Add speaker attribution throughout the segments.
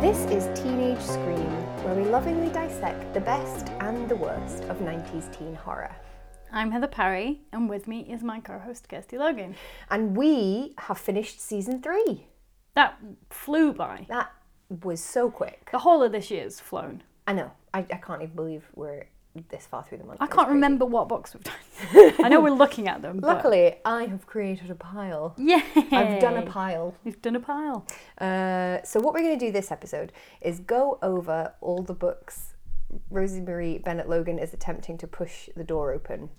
Speaker 1: This is Teenage Scream, where we lovingly dissect the best and the worst of 90s teen horror.
Speaker 2: I'm Heather Parry, and with me is my co host Kirsty Logan.
Speaker 1: And we have finished season three.
Speaker 2: That flew by.
Speaker 1: That was so quick.
Speaker 2: The whole of this year's flown.
Speaker 1: I know. I, I can't even believe we're this far through the month.
Speaker 2: I
Speaker 1: It's
Speaker 2: can't
Speaker 1: crazy.
Speaker 2: remember what box we've done. I know we're looking at them. but-
Speaker 1: Luckily, I have created a pile.
Speaker 2: Yay!
Speaker 1: I've done a pile.
Speaker 2: We've done a pile.
Speaker 1: Uh, so what we're going to do this episode is go over all the books Rosie Marie Bennett Logan is attempting to push the door open.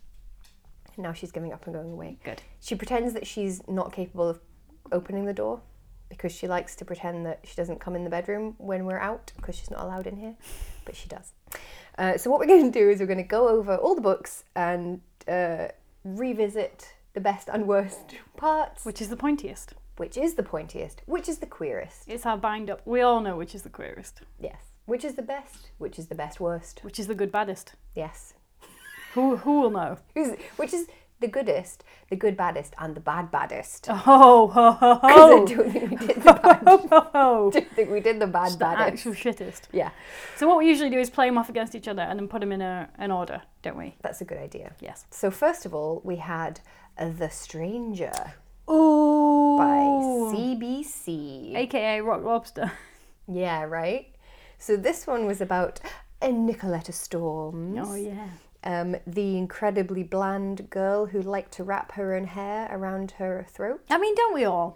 Speaker 1: Now she's giving up and going away.
Speaker 2: Good.
Speaker 1: She pretends that she's not capable of opening the door because she likes to pretend that she doesn't come in the bedroom when we're out because she's not allowed in here, but she does. Uh, so what we're going to do is we're going to go over all the books and uh, revisit the best and worst parts,
Speaker 2: Which is the pointiest?
Speaker 1: which is the pointiest, which is the queerest.
Speaker 2: It's our bind up. We all know which is the queerest,
Speaker 1: Yes. Which is the best? Which is the best worst?
Speaker 2: which is the good baddest.
Speaker 1: Yes.
Speaker 2: Who, who will know?
Speaker 1: Who's, which is the goodest, the good baddest, and the bad baddest?
Speaker 2: Oh, ho, ho,
Speaker 1: Because
Speaker 2: ho.
Speaker 1: I don't think we did the bad.
Speaker 2: ho, ho, ho.
Speaker 1: I think we did the bad
Speaker 2: The
Speaker 1: baddest.
Speaker 2: actual shittest.
Speaker 1: Yeah,
Speaker 2: So, what we usually do is play them off against each other and then put them in a, an order, don't we?
Speaker 1: that's a good idea.
Speaker 2: Yes.
Speaker 1: So first of all, we had uh, The Stranger
Speaker 2: Ooh.
Speaker 1: by CBC.
Speaker 2: AKA Rock Lobster.
Speaker 1: Yeah, right. So this one was about a Nicoletta Storms.
Speaker 2: Oh, yeah.
Speaker 1: Um, the incredibly bland girl who liked to wrap her own hair around her throat.
Speaker 2: I mean, don't we all?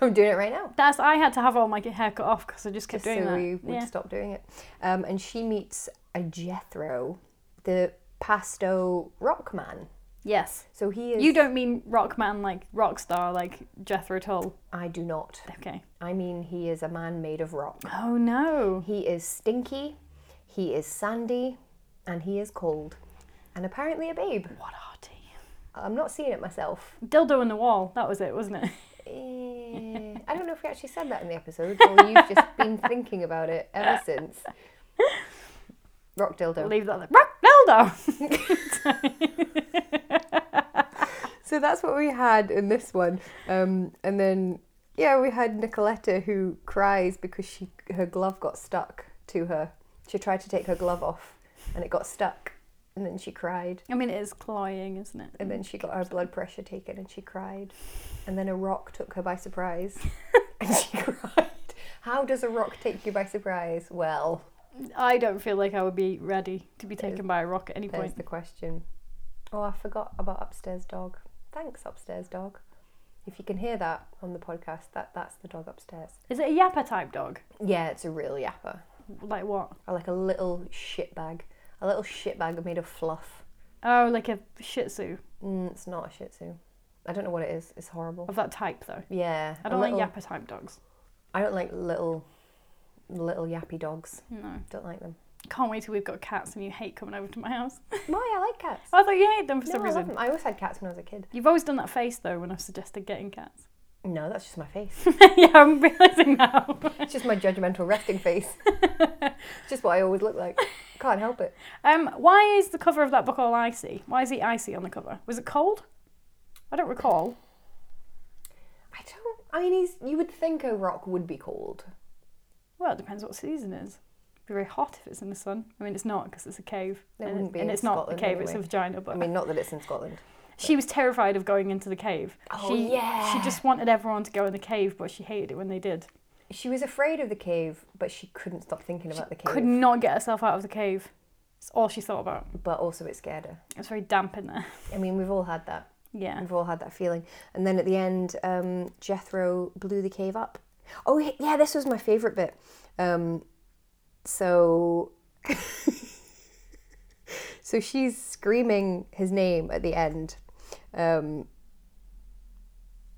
Speaker 1: I'm doing it right now.
Speaker 2: That's I had to have all my hair cut off because I just kept
Speaker 1: so
Speaker 2: doing that.
Speaker 1: we would
Speaker 2: yeah.
Speaker 1: stop doing it. Um, and she meets a Jethro, the pasto rock man.
Speaker 2: Yes.
Speaker 1: So he is.
Speaker 2: You don't mean rock man like rock star like Jethro Tull.
Speaker 1: I do not.
Speaker 2: Okay.
Speaker 1: I mean, he is a man made of rock.
Speaker 2: Oh no.
Speaker 1: He is stinky, he is sandy, and he is cold. And apparently a babe.
Speaker 2: What arty.
Speaker 1: I'm not seeing it myself.
Speaker 2: Dildo in the wall. That was it, wasn't it?
Speaker 1: Eh, I don't know if we actually said that in the episode, or you've just been thinking about it ever since. Rock dildo.
Speaker 2: Leave that. there. Rock dildo.
Speaker 1: So that's what we had in this one. Um, and then, yeah, we had Nicoletta who cries because she her glove got stuck to her. She tried to take her glove off and it got stuck. And then she cried.
Speaker 2: I mean, it is cloying, isn't it?
Speaker 1: And then she got her blood pressure taken and she cried. And then a rock took her by surprise and she cried. How does a rock take you by surprise? Well,
Speaker 2: I don't feel like I would be ready to be taken by a rock at any
Speaker 1: there's
Speaker 2: point.
Speaker 1: the question. Oh, I forgot about upstairs dog. Thanks, upstairs dog. If you can hear that on the podcast, that, that's the dog upstairs.
Speaker 2: Is it a yapper type dog?
Speaker 1: Yeah, it's a real yapper.
Speaker 2: Like what?
Speaker 1: Or like a little shit bag. A little shit bag made of fluff.
Speaker 2: Oh, like a Shih Tzu
Speaker 1: Mm, it's not a Shih Tzu. I don't know what it is. It's horrible.
Speaker 2: of that type, though.
Speaker 1: Yeah.
Speaker 2: Um, I
Speaker 1: a
Speaker 2: don't like
Speaker 1: little-
Speaker 2: yapper type dogs.
Speaker 1: I don't like little, little yappy dogs.
Speaker 2: No.
Speaker 1: Don't like them.
Speaker 2: Can't wait till we've got cats and you hate coming over to my house.
Speaker 1: Why? I like cats.
Speaker 2: I thought you hate them for
Speaker 1: No,
Speaker 2: some
Speaker 1: I love
Speaker 2: reason.
Speaker 1: them. I always had cats when I was a kid.
Speaker 2: You've always done that face though when I've suggested getting cats.
Speaker 1: No, that's just my face.
Speaker 2: yeah, I'm realizing now.
Speaker 1: it's just my judgmental resting face. it's just what I always look like. Can't help it.
Speaker 2: Um, why is the cover of that book all icy? Why is he icy on the cover? Was it cold? I don't recall.
Speaker 1: I don't. I mean, he's, you would think a rock would be cold.
Speaker 2: Well, it depends what season it is. It'd be very hot if it's in the sun. I mean, it's not because it's a cave.
Speaker 1: It
Speaker 2: and
Speaker 1: wouldn't be
Speaker 2: and
Speaker 1: in
Speaker 2: it's not
Speaker 1: Scotland
Speaker 2: a cave; it's a
Speaker 1: anyway.
Speaker 2: vagina. But
Speaker 1: I mean, not that it's in Scotland.
Speaker 2: she was terrified of going into the cave.
Speaker 1: Oh,
Speaker 2: she, She
Speaker 1: yeah.
Speaker 2: just wanted everyone to go in the cave, but she hated it when they did.
Speaker 1: She was afraid of the cave, but she couldn't stop thinking about the cave.
Speaker 2: Could not get herself out of the cave. It's all she thought about.
Speaker 1: but also it scared her.
Speaker 2: It's very damp in there.
Speaker 1: I mean, we've all had that.
Speaker 2: Yeah.
Speaker 1: We've all had that feeling. And then at the end, um, Jethro blew the cave up. Oh, he- yeah, this was my favourite bit. Um, so. so she's screaming his name at the end. Um,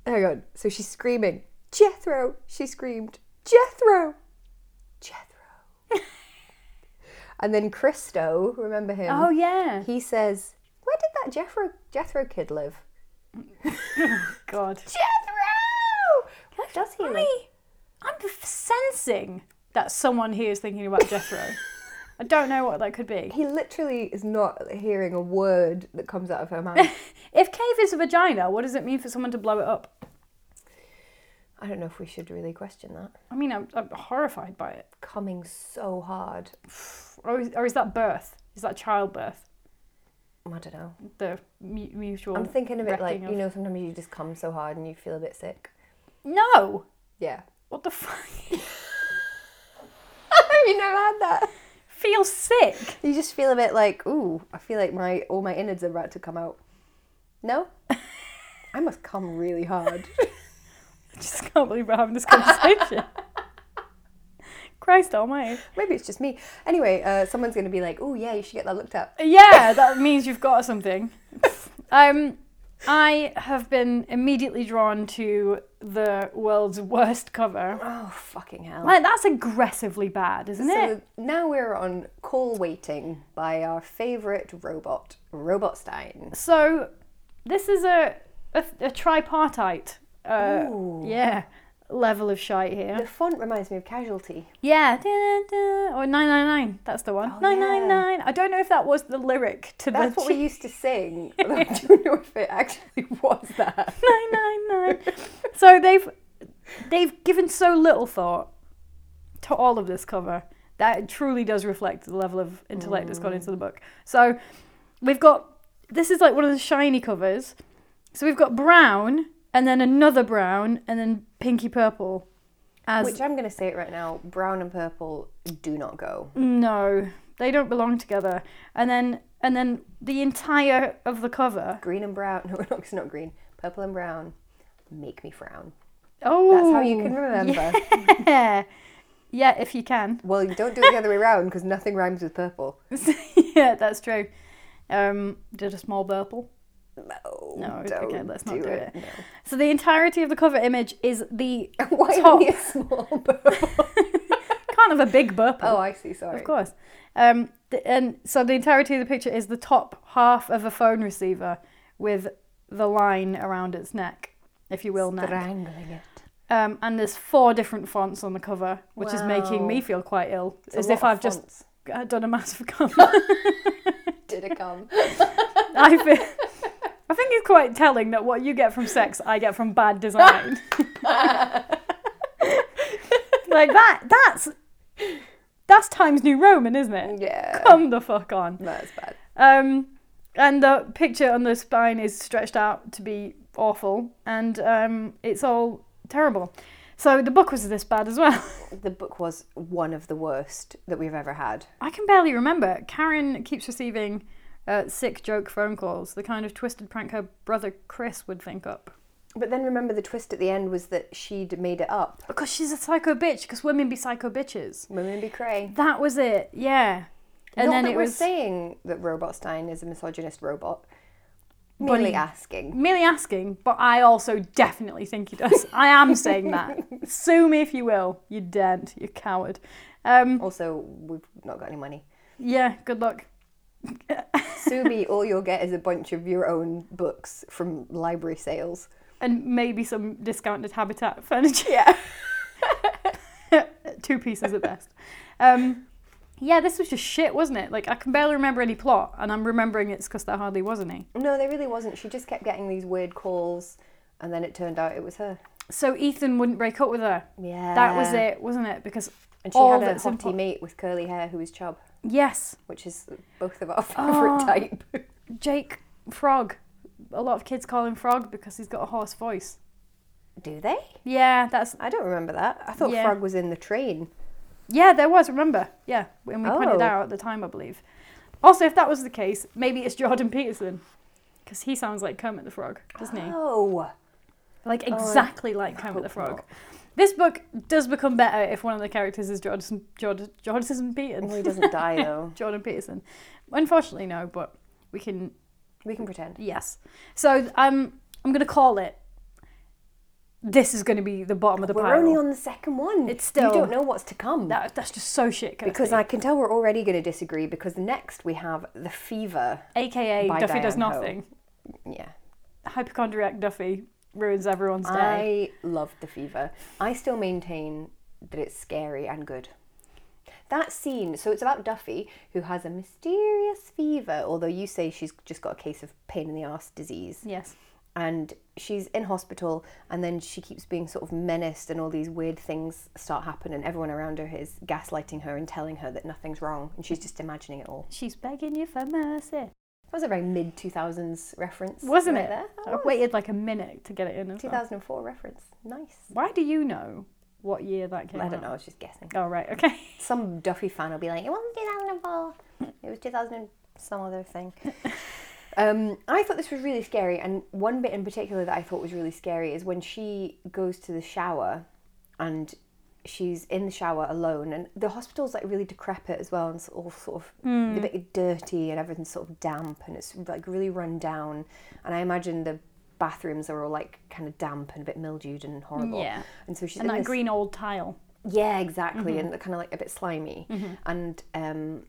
Speaker 1: hang on. So she's screaming, Jethro! She screamed, Jethro! Jethro! and then Christo, remember him?
Speaker 2: Oh yeah.
Speaker 1: he says, "Where did that Jethro Jethro kid live?"
Speaker 2: God.
Speaker 1: Jethro! What does he like?
Speaker 2: I, I'm f- sensing that someone here is thinking about Jethro. I don't know what that could be.
Speaker 1: He literally is not hearing a word that comes out of her mouth.
Speaker 2: If cave is a vagina, what does it mean for someone to blow it up?
Speaker 1: I don't know if we should really question that.
Speaker 2: I mean, I'm, I'm horrified by it.
Speaker 1: Coming so hard.
Speaker 2: Or is, or is that birth? Is that childbirth?
Speaker 1: I don't know.
Speaker 2: The mu- mutual.
Speaker 1: I'm thinking of it like,
Speaker 2: wrecking
Speaker 1: you know, sometimes you just come so hard and you feel a bit sick.
Speaker 2: No!
Speaker 1: Yeah.
Speaker 2: What the fuck?
Speaker 1: Have you never had that?
Speaker 2: Feel sick.
Speaker 1: You just feel a bit like, ooh, I feel like my all my innards are about to come out. No? I must come really hard.
Speaker 2: I just can't believe we're having this conversation. Christ almighty.
Speaker 1: Maybe it's just me. Anyway, uh, someone's going to be like, oh, yeah, you should get that looked at.
Speaker 2: Yeah, that means you've got something. um, I have been immediately drawn to the world's worst cover.
Speaker 1: Oh, fucking hell.
Speaker 2: Like that's aggressively bad, isn't it?
Speaker 1: So now we're on Call Waiting by our favourite robot, Robot Stein.
Speaker 2: So this is a a, a tripartite. Uh, yeah. Level of shite
Speaker 1: The
Speaker 2: here.
Speaker 1: font reminds me of Casualty.
Speaker 2: Yeah. Da-da-da. Or 999. That's the one. 999. I don't know if that was the lyric to
Speaker 1: Oh, That's
Speaker 2: the
Speaker 1: what we used to sing. but I don't know if it actually was that.
Speaker 2: 999. so they've they've given so little thought to all of this cover that it truly does reflect the level of intellect that's
Speaker 1: Mm.
Speaker 2: gone into the book. So we've got this is like one of the shiny covers. So we've got brown and then another brown and then pinky purple. As
Speaker 1: Which I'm going to say it right now brown and purple do not go.
Speaker 2: Mm. no, they don't belong together. And then and then the entire of the cover.
Speaker 1: Green and brown, no, it's not green. Purple and brown make me frown.
Speaker 2: Oh,
Speaker 1: That's how you can remember.
Speaker 2: Yeah, yeah, if you can.
Speaker 1: Well, you don't do it the other way around because nothing rhymes with purple.
Speaker 2: yeah, that's true. Um, did a small burple.
Speaker 1: No,
Speaker 2: No,
Speaker 1: don't
Speaker 2: okay, let's not do it.
Speaker 1: No.
Speaker 2: So the entirety of the cover image is the
Speaker 1: Why
Speaker 2: top
Speaker 1: only a small purple?
Speaker 2: kind of a big burple,
Speaker 1: Oh, I see. Sorry.
Speaker 2: of course. Um, th- and so the entirety of the picture is the top half of a phone receiver with the line around its neck, if you will, neck.
Speaker 1: Strangling it.
Speaker 2: Um, and there's four different fonts on the cover, which is making
Speaker 1: Wow.
Speaker 2: me feel quite ill,
Speaker 1: It's a
Speaker 2: as
Speaker 1: lot
Speaker 2: if
Speaker 1: of
Speaker 2: I've just
Speaker 1: fonts.
Speaker 2: uh, done a massive cover.
Speaker 1: did it come?
Speaker 2: I feel. I think it's quite telling that what you get from sex, I get from bad design. like that. That's that's Times New Roman, isn't it?
Speaker 1: yeah.
Speaker 2: Come the fuck on.
Speaker 1: That's bad.
Speaker 2: Um, and the picture on the spine is stretched out to be awful, and um, it's all terrible. So the book was this bad as well.
Speaker 1: The book was one of the worst that we've ever had.
Speaker 2: I can barely remember. Karen keeps receiving uh, sick joke phone calls, the kind of twisted prank her brother Chris would think up.
Speaker 1: But then remember, the twist at the end was that she'd made it up.
Speaker 2: Because she's a psycho bitch. Because women be psycho bitches.
Speaker 1: Women be cray.
Speaker 2: That was it. Yeah. And
Speaker 1: Not
Speaker 2: then
Speaker 1: that
Speaker 2: it
Speaker 1: we're
Speaker 2: was
Speaker 1: saying that Robot Stein is a misogynist robot.
Speaker 2: But
Speaker 1: Merely
Speaker 2: he-
Speaker 1: asking.
Speaker 2: merely asking, but I also definitely think he does. I am saying that. Sue me if you will. You dent. You coward. Um,
Speaker 1: Also, we've not got any money.
Speaker 2: yeah. Good luck.
Speaker 1: Subi, all you'll get is a bunch of your own books from library sales.
Speaker 2: And maybe some discounted habitat furniture.
Speaker 1: Yeah.
Speaker 2: Two pieces at best. Um, yeah, this was just shit, wasn't it? Like I can barely remember any plot, and I'm remembering it's because there hardly was any.
Speaker 1: No, there really wasn't. She just kept getting these weird calls, and then it turned out it was her.
Speaker 2: So Ethan wouldn't break up with her.
Speaker 1: Yeah.
Speaker 2: That was it, wasn't it? Because
Speaker 1: And she
Speaker 2: all
Speaker 1: had a
Speaker 2: that's
Speaker 1: hottie
Speaker 2: impo-
Speaker 1: mate with curly hair who was Chubb,
Speaker 2: Yes,
Speaker 1: which is both of our favourite
Speaker 2: Oh.
Speaker 1: type.
Speaker 2: Jake Frog. A lot of kids call him Frog because he's got a hoarse voice.
Speaker 1: Do they?
Speaker 2: Yeah, that's
Speaker 1: I don't remember that. I thought
Speaker 2: Yeah.
Speaker 1: Frog was in the train.
Speaker 2: yeah. There was remember yeah, and we pointed
Speaker 1: Oh.
Speaker 2: that out at the time, I believe. Also, if that was the case, maybe it's Jordan Peterson because he sounds like Kermit the Frog, doesn't he?
Speaker 1: Oh.
Speaker 2: Like exactly like Kermit the
Speaker 1: hope
Speaker 2: Frog.
Speaker 1: not.
Speaker 2: This book does become better if one of the characters is Jordan Jordan Jordan
Speaker 1: Well,
Speaker 2: Peterson.
Speaker 1: Oh, he doesn't die though.
Speaker 2: Jordan Peterson. Unfortunately, no, but we can
Speaker 1: We can pretend.
Speaker 2: Yes. So um, I'm going to call it. This is going to be the bottom of the
Speaker 1: We're
Speaker 2: pile.
Speaker 1: only on the second one.
Speaker 2: It's
Speaker 1: You
Speaker 2: still-
Speaker 1: don't know what's to come.
Speaker 2: that, that's just so shit. Kirsty.
Speaker 1: because I can tell we're already going to disagree because next we have The Fever.
Speaker 2: AKA
Speaker 1: By
Speaker 2: Duffy does
Speaker 1: Diane Ho.
Speaker 2: nothing.
Speaker 1: Yeah.
Speaker 2: hypochondriac Duffy ruins everyone's day.
Speaker 1: I loved the fever. I still maintain that it's scary and good. That scene, so it's about Duffy who has a mysterious fever, although you say she's just got a case of pain in the ass disease.
Speaker 2: Yes.
Speaker 1: and she's in hospital and then she keeps being sort of menaced and all these weird things start happening everyone around her is gaslighting her and telling her that nothing's wrong and she's just imagining it all
Speaker 2: She's begging you for mercy.
Speaker 1: that was a very mid 2000s reference
Speaker 2: Wasn't
Speaker 1: right
Speaker 2: it? Oh,
Speaker 1: there That
Speaker 2: I
Speaker 1: was.
Speaker 2: waited like a minute to get it in. As well.
Speaker 1: 2004 reference nice
Speaker 2: Why do you know what year that came
Speaker 1: I don't
Speaker 2: out?
Speaker 1: know I was just guessing
Speaker 2: Oh, right, okay.
Speaker 1: some Duffy fan will be like it wasn't 2004 it was 2000 and some other thing Um, I thought this was really scary, and one bit in particular that I thought was really scary is when she goes to the shower and she's in the shower alone, and the hospital's like really decrepit as well, and it's all sort of
Speaker 2: Hmm.
Speaker 1: a bit dirty and everything's sort of damp and it's like really run down. And I imagine the bathrooms are all like kind of damp and a bit mildewed and horrible.
Speaker 2: Yeah.
Speaker 1: And so she's
Speaker 2: And
Speaker 1: in
Speaker 2: that
Speaker 1: this-
Speaker 2: green old tile.
Speaker 1: yeah, exactly,
Speaker 2: Mm-hmm.
Speaker 1: and they're kind of like a bit slimy. And um,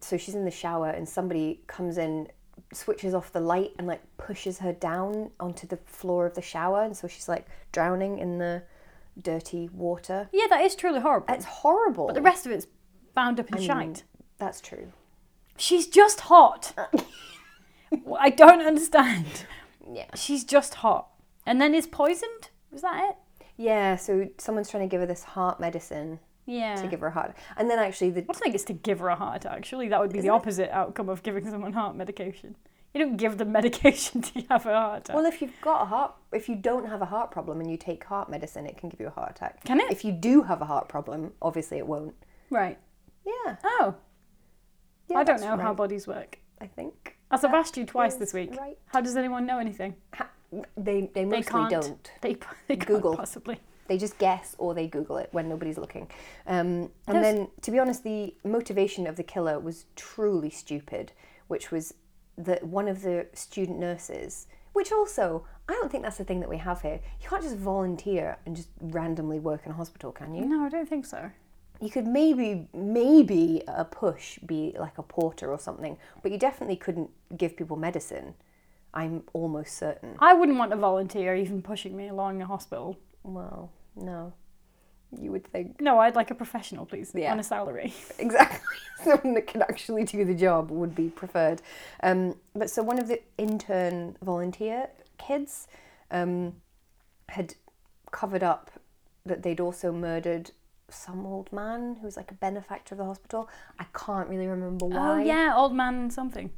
Speaker 1: so she's in the shower, and somebody comes in, switches off the light, and like pushes her down onto the floor of the shower, and so she's like drowning in the dirty water.
Speaker 2: Yeah, that is truly horrible.
Speaker 1: It's horrible.
Speaker 2: but the rest of it's bound up in shite.
Speaker 1: That's true.
Speaker 2: She's just hot.
Speaker 1: Uh.
Speaker 2: Well, I don't understand.
Speaker 1: Yeah.
Speaker 2: She's just hot. And then is poisoned? Was that it?
Speaker 1: Yeah. So someone's trying to give her this heart medicine
Speaker 2: Yeah.
Speaker 1: to give her a heart, and then actually the
Speaker 2: I don't think it's to give her a heart attack. Surely that would be the opposite outcome of giving someone heart medication. You don't give them medication to have a heart attack.
Speaker 1: Well, if you've got a heart, if you don't have a heart problem and you take heart medicine, it can give you a heart attack.
Speaker 2: Can it?
Speaker 1: If you do have a heart problem, obviously it won't.
Speaker 2: right.
Speaker 1: Yeah.
Speaker 2: Oh,
Speaker 1: yeah
Speaker 2: I don't
Speaker 1: that's
Speaker 2: know how
Speaker 1: right,
Speaker 2: bodies work.
Speaker 1: I think
Speaker 2: As I've asked you twice
Speaker 1: is
Speaker 2: this week,
Speaker 1: right.
Speaker 2: how does anyone know anything?
Speaker 1: ha- they they mostly
Speaker 2: they can't.
Speaker 1: don't.
Speaker 2: They, p- they can't
Speaker 1: Google.
Speaker 2: possibly.
Speaker 1: They just guess or they Google it when nobody's looking. Um, and
Speaker 2: There's-
Speaker 1: then, to be honest, the motivation of the killer was truly stupid, which was that one of the student nurses, which also, I don't think that's the thing that we have here. You can't just volunteer and just randomly work in a hospital, can you?
Speaker 2: No, I don't think so.
Speaker 1: You could maybe, maybe a push be like a porter or something, but you definitely couldn't give people medicine. I'm almost certain.
Speaker 2: I wouldn't want a volunteer even pushing me along a hospital.
Speaker 1: Well, no. You would think.
Speaker 2: No, I'd like a professional, please,
Speaker 1: Yeah.
Speaker 2: on a salary.
Speaker 1: Exactly. Someone that can actually do the job would be preferred. Um, but so one of the intern volunteer kids um, had covered up that they'd also murdered some old man who was like a benefactor of the hospital. I can't really remember why.
Speaker 2: Oh yeah, old man something.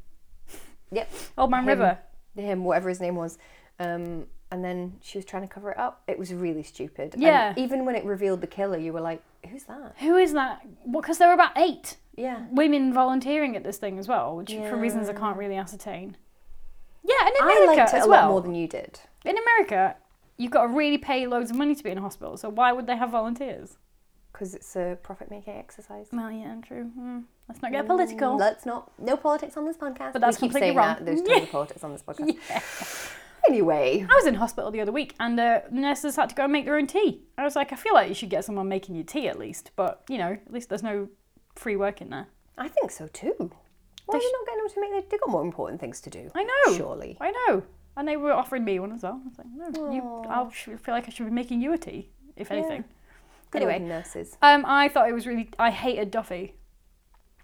Speaker 1: Yep.
Speaker 2: Old man
Speaker 1: Him.
Speaker 2: River.
Speaker 1: him, whatever his name was. Um, and then she was trying to cover it up. It was really stupid. And
Speaker 2: Yeah.
Speaker 1: even when it revealed the killer, you were like, who's that?
Speaker 2: Who is that? Because there were about eight
Speaker 1: Yeah.
Speaker 2: women volunteering at this thing as well, which for reasons I can't really ascertain. Yeah, and in America
Speaker 1: I liked it
Speaker 2: as
Speaker 1: a
Speaker 2: well.
Speaker 1: lot more than you did.
Speaker 2: in America, you've got to really pay loads of money to be in a hospital. So why would they have volunteers?
Speaker 1: because it's a profit making exercise. Mm,
Speaker 2: Well, yeah, true. Mm. Let's not get political.
Speaker 1: Let's not. No politics on this podcast.
Speaker 2: But that's
Speaker 1: we keep
Speaker 2: completely
Speaker 1: saying
Speaker 2: wrong.
Speaker 1: That. There's tons of politics on this podcast.
Speaker 2: Yeah.
Speaker 1: Anyway,
Speaker 2: I was in hospital the other week, and the nurses had to go and make their own tea. I was like, I feel like you should get someone making your tea at least, but you know, at least there's no free work in there.
Speaker 1: I think so too. Why are
Speaker 2: They
Speaker 1: you not getting them to make? Their, they've got more important things to do.
Speaker 2: I know.
Speaker 1: Surely.
Speaker 2: I know. And they were offering me one as well. I was like, no, you, I should feel like I should be making you a tea, if anything.
Speaker 1: Good
Speaker 2: Anyway.
Speaker 1: old nurses.
Speaker 2: Um, I thought it was really. I hated Duffy.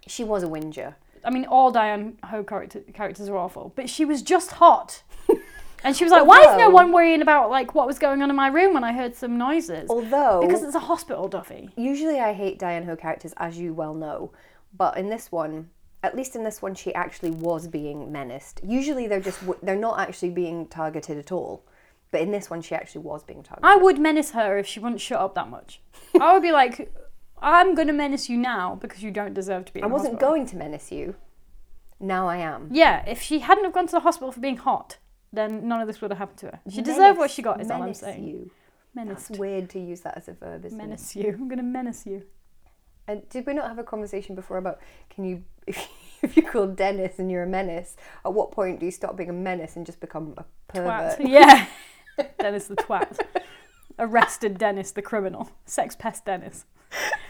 Speaker 1: She was a whinger.
Speaker 2: I mean, all Diane Ho character, characters are awful, but she was just hot. and she was like, why is no
Speaker 1: Although-
Speaker 2: one worrying about like what was going on in my room when I heard some noises?
Speaker 1: Although,
Speaker 2: because it's a hospital, Duffy.
Speaker 1: usually I hate Diane Ho characters, as you well know, but in this one. At least in this one, she actually was being menaced. Usually, they're just—they're not actually being targeted at all, but in this one, she actually was being targeted.
Speaker 2: I would menace her if she wouldn't shut up that much. I would be like, I'm going to menace you now because you don't deserve to be in
Speaker 1: I
Speaker 2: the
Speaker 1: wasn't
Speaker 2: hospital.
Speaker 1: going to menace you. Now I am.
Speaker 2: Yeah, if she hadn't have gone to the hospital for being hot, then none of this would have happened to her. She deserved
Speaker 1: Menace-
Speaker 2: what she got, is all I'm
Speaker 1: menace
Speaker 2: saying.
Speaker 1: You. It's
Speaker 2: Menaced.
Speaker 1: weird to use that as a verb, isn't it?
Speaker 2: Menace you. I'm going to menace you.
Speaker 1: And did we not have a conversation before about can you, if, if you're called Dennis and you're a menace, at what point do you stop being a menace and just become a pervert?
Speaker 2: Twat. Yeah. Dennis the twat. Arrested Dennis the criminal. Sex pest Dennis.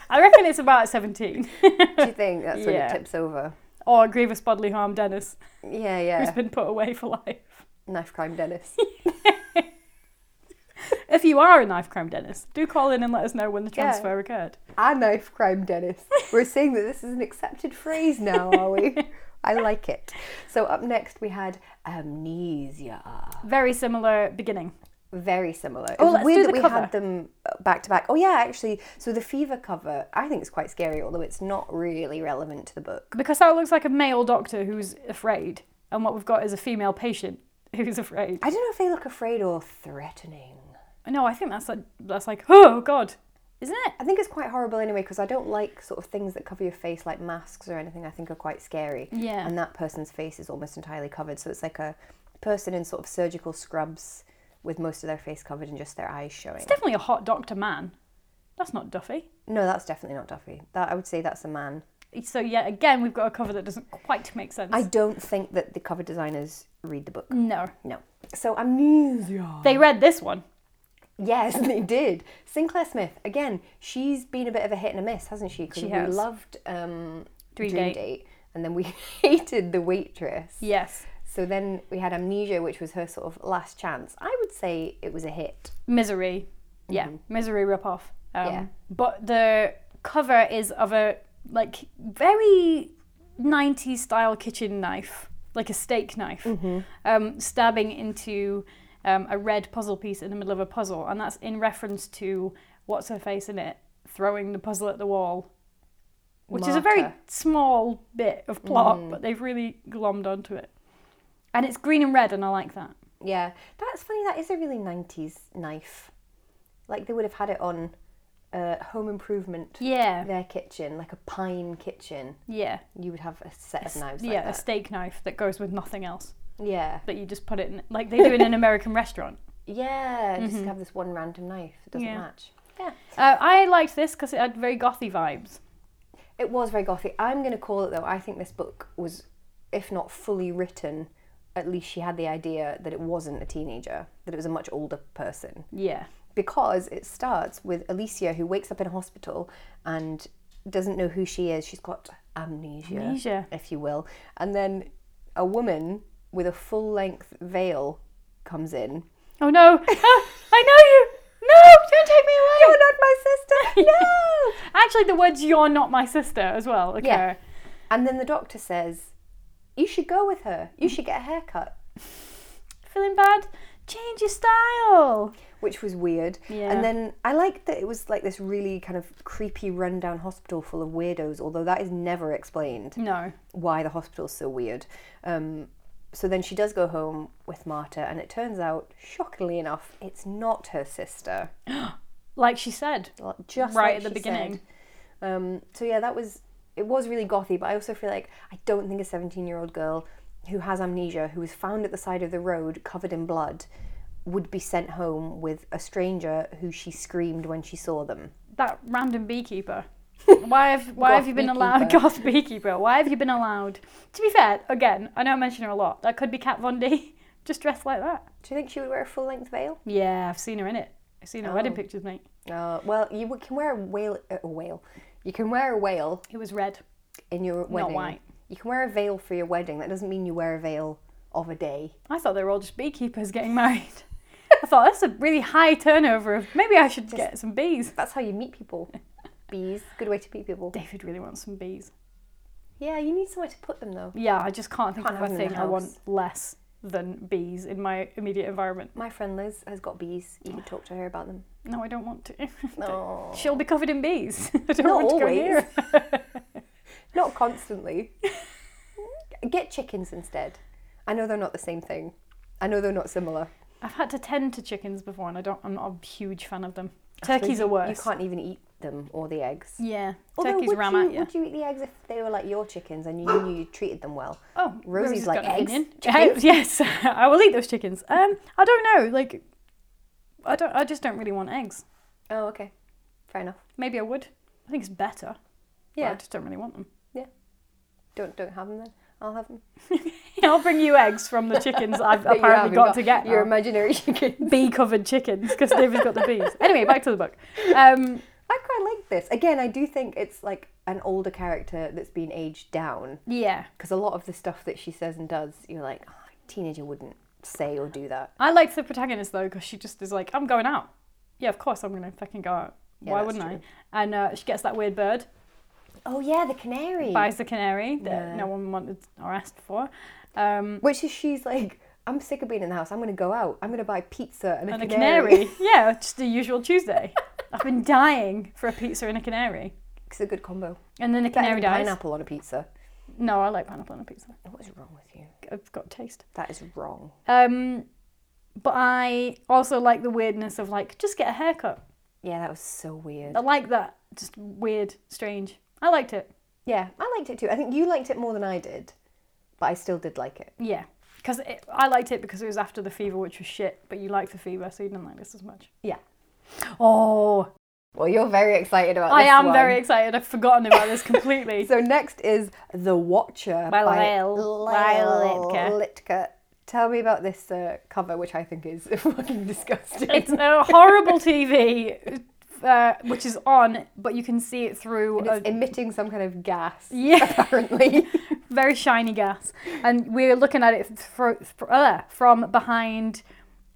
Speaker 2: I reckon it's about 17.
Speaker 1: do you think that's when
Speaker 2: Yeah.
Speaker 1: it tips over?
Speaker 2: Or grievous bodily harm Dennis,
Speaker 1: Yeah,
Speaker 2: who's
Speaker 1: yeah.
Speaker 2: been put away for life.
Speaker 1: Knife crime Dennis.
Speaker 2: If you are a knife crime dentist, do call in and let us know when the
Speaker 1: Yeah.
Speaker 2: transfer occurred.
Speaker 1: Our knife crime Dennis. We're saying that this is an accepted phrase now, are we? I like it. So up next we had amnesia.
Speaker 2: Very similar beginning.
Speaker 1: Very similar. It
Speaker 2: Oh,
Speaker 1: was
Speaker 2: let's
Speaker 1: weird
Speaker 2: do
Speaker 1: that
Speaker 2: the
Speaker 1: we
Speaker 2: cover.
Speaker 1: had them back to back. Oh yeah, actually. So the fever cover, I think is quite scary, although it's not really relevant to the book.
Speaker 2: Because that looks like a male doctor who's afraid, and what we've got is a female patient who's afraid.
Speaker 1: I don't know if they look afraid or threatening.
Speaker 2: No, I think that's like, that's like, oh god, isn't it?
Speaker 1: I think it's quite horrible anyway because I don't like sort of things that cover your face like masks or anything. I think are quite scary.
Speaker 2: Yeah.
Speaker 1: And that person's face is almost entirely covered, so it's like a person in sort of surgical scrubs with most of their face covered and just their eyes showing.
Speaker 2: It's definitely a hot doctor man. That's not Duffy.
Speaker 1: No, that's definitely not Duffy. That I would say that's a man.
Speaker 2: So yet again, we've got a cover that doesn't quite make sense.
Speaker 1: I don't think that the cover designers read the book.
Speaker 2: no,
Speaker 1: No. So amnesia.
Speaker 2: they read this one.
Speaker 1: Yes, they did. Sinclair Smith again. She's been a bit of a hit and a miss, hasn't she? Because
Speaker 2: She
Speaker 1: we
Speaker 2: has.
Speaker 1: loved um,
Speaker 2: Dream
Speaker 1: Dream,
Speaker 2: Date.
Speaker 1: Date. and then we hated the waitress.
Speaker 2: Yes,
Speaker 1: So then we had Amnesia, which was her sort of last chance. I would say it was a hit.
Speaker 2: Misery. Yeah, Misery ripoff. Um,
Speaker 1: Yeah.
Speaker 2: But the cover is of a like very 90s style kitchen knife, like a steak knife, um, stabbing into um, a red puzzle piece in the middle of a puzzle, and that's in reference to what's her face in it throwing the puzzle at the wall. Which is a very
Speaker 1: Martyr.
Speaker 2: small bit of plot, but they've really glommed onto it. And it's green and red, and I like that.
Speaker 1: Yeah, that's funny. That is a really '90s knife. Like they would have had it on uh, Home Improvement,
Speaker 2: Yeah,
Speaker 1: their kitchen, like a pine kitchen.
Speaker 2: yeah.
Speaker 1: You would have a set of knives.
Speaker 2: yeah, a
Speaker 1: Like
Speaker 2: steak knife that goes with nothing else.
Speaker 1: that. Yeah.
Speaker 2: But you just put it in, like they do in an American restaurant.
Speaker 1: Yeah. Just have this one random knife that doesn't
Speaker 2: Yeah.
Speaker 1: match. Yeah.
Speaker 2: Uh, I liked this because it had very gothy vibes.
Speaker 1: It was very gothic. I'm going to call it though. I think this book was, if not fully written, at least she had the idea that it wasn't a teenager, that it was a much older person.
Speaker 2: Yeah.
Speaker 1: Because it starts with Alicia, who wakes up in a hospital and doesn't know who she is. She's got amnesia,
Speaker 2: Amnesia.
Speaker 1: if you will. And then a woman with a full length veil comes in.
Speaker 2: Oh no! Ah, I know you! No! Don't take me away!
Speaker 1: You're not my sister! No!
Speaker 2: Actually, the words "you're not my sister" as well. Okay.
Speaker 1: Yeah. and then the doctor says, You should go with her. You should get a haircut.
Speaker 2: Feeling bad? Change your style.
Speaker 1: which was weird.
Speaker 2: Yeah.
Speaker 1: And then I liked that it was like this really kind of creepy, rundown hospital full of weirdos, although that is never explained
Speaker 2: No.
Speaker 1: why the hospital's so weird. Um, so then she does go home with Marta, and it turns out, shockingly enough, it's not her sister.
Speaker 2: Like she said.
Speaker 1: L- Just like
Speaker 2: Right at the
Speaker 1: she
Speaker 2: beginning.
Speaker 1: said. Um, so yeah, that was it was really gothy, but I also feel like I don't think a 17 year old girl who has amnesia, who was found at the side of the road covered in blood, would be sent home with a stranger who she screamed when she saw them.
Speaker 2: That random beekeeper. Why have why have
Speaker 1: Goth
Speaker 2: you been allowed
Speaker 1: beekeeper.
Speaker 2: goth beekeeper? Why have you been allowed? To be fair, again, I know I mention her a lot. That could be Kat Von D, just dressed like that.
Speaker 1: Do you think she would wear a full length veil?
Speaker 2: Yeah, I've seen her in it. I've seen her wedding
Speaker 1: Oh.
Speaker 2: pictures, mate.
Speaker 1: Uh, well, you w- can wear a whale, uh, a whale. You can wear a whale
Speaker 2: It was red.
Speaker 1: in your wedding.
Speaker 2: white.
Speaker 1: You can wear a veil for your wedding. That doesn't mean you wear a veil of a day.
Speaker 2: I thought they were all just beekeepers getting married. I thought that's a really high turnover of maybe I should get some bees.
Speaker 1: That's how you meet people. Bees, good way to meet people.
Speaker 2: David really wants some bees.
Speaker 1: Yeah, you need somewhere to put them though.
Speaker 2: Yeah, I just can't think
Speaker 1: Can't
Speaker 2: of
Speaker 1: have
Speaker 2: a
Speaker 1: them in
Speaker 2: thing
Speaker 1: the
Speaker 2: I want
Speaker 1: house.
Speaker 2: less than bees in my immediate environment.
Speaker 1: My friend Liz has got bees. You could talk to her about them.
Speaker 2: No, I don't want to.
Speaker 1: No.
Speaker 2: She'll be covered in bees. I don't
Speaker 1: Not
Speaker 2: want to go near. her.
Speaker 1: Not constantly. Get chickens instead. I know they're not the same thing. I know they're not similar.
Speaker 2: I've had to tend to chickens before, and I don't. I'm not a huge fan of them.
Speaker 1: But
Speaker 2: Turkeys
Speaker 1: you-
Speaker 2: are worse.
Speaker 1: You can't even eat them or the eggs.
Speaker 2: Yeah,
Speaker 1: Although,
Speaker 2: turkeys
Speaker 1: would
Speaker 2: ram
Speaker 1: you,
Speaker 2: at you.
Speaker 1: Would you eat the eggs if they were like your chickens and you knew you treated them well?
Speaker 2: Oh,
Speaker 1: Rosie's
Speaker 2: Rosie's
Speaker 1: like,
Speaker 2: got an
Speaker 1: "Eggs?
Speaker 2: opinion."
Speaker 1: Chickens?"
Speaker 2: I- yes, I will eat those chickens. Um, I don't know. Like, I don't. I just don't really want eggs.
Speaker 1: Oh, okay. Fair enough.
Speaker 2: Maybe I would. I think it's better. but I
Speaker 1: Yeah.
Speaker 2: just don't really want them.
Speaker 1: Don't don't have them then. I'll have them.
Speaker 2: I'll bring you eggs from the chickens I've
Speaker 1: That you
Speaker 2: apparently
Speaker 1: haven't
Speaker 2: got, to get.
Speaker 1: your imaginary chicken.
Speaker 2: bee covered chickens because David's got the bees. Anyway, back to the book. Um,
Speaker 1: I quite like this. Again, I do think it's like an older character that's been aged down.
Speaker 2: yeah,
Speaker 1: because a lot of the stuff that she says and does, you're like, oh, teenager wouldn't say or do that.
Speaker 2: I liked the protagonist though because she just is like, I'm going out. Yeah, of course I'm gonna fucking go out.
Speaker 1: Yeah,
Speaker 2: Why
Speaker 1: that's
Speaker 2: wouldn't
Speaker 1: true.
Speaker 2: I? And uh, she gets that weird bird,
Speaker 1: Oh yeah, the canary.
Speaker 2: buys the canary that
Speaker 1: Yeah.
Speaker 2: no one wanted or asked for, um,
Speaker 1: Which is she's like, I'm sick of being in the house. I'm gonna go out. I'm gonna buy pizza and a
Speaker 2: and a
Speaker 1: canary.
Speaker 2: canary. yeah, just the usual Tuesday. I've been dying for a pizza and a canary,
Speaker 1: it's a good combo.
Speaker 2: and then the
Speaker 1: Better
Speaker 2: canary
Speaker 1: than
Speaker 2: dies.
Speaker 1: pineapple on a pizza.
Speaker 2: No, I like pineapple on a pizza.
Speaker 1: What is wrong with you?
Speaker 2: I've got taste.
Speaker 1: That is wrong.
Speaker 2: Um, but I also like the weirdness of like just get a haircut.
Speaker 1: Yeah, that was so weird.
Speaker 2: I like that. Just weird, strange. I liked it.
Speaker 1: Yeah, I liked it too. I think you liked it more than I did, but I still did like it.
Speaker 2: Yeah, because I liked it because it was after the fever, which was shit. But you liked the fever, so you didn't like this as much.
Speaker 1: Yeah.
Speaker 2: Oh,
Speaker 1: Well, you're very excited about
Speaker 2: I
Speaker 1: this
Speaker 2: am
Speaker 1: one.
Speaker 2: very excited. I've forgotten about this completely.
Speaker 1: So next is The Watcher
Speaker 2: By
Speaker 1: by,
Speaker 2: Lyle- Lyle Litka.
Speaker 1: Litka. Tell me about this uh, cover, which I think is fucking disgusting.
Speaker 2: it's a horrible TV, uh, which is on, but you can see it through.
Speaker 1: And
Speaker 2: a-
Speaker 1: it's emitting some kind of gas,
Speaker 2: yeah.
Speaker 1: apparently.
Speaker 2: very shiny gas, and we're looking at it fro- fro- uh, from behind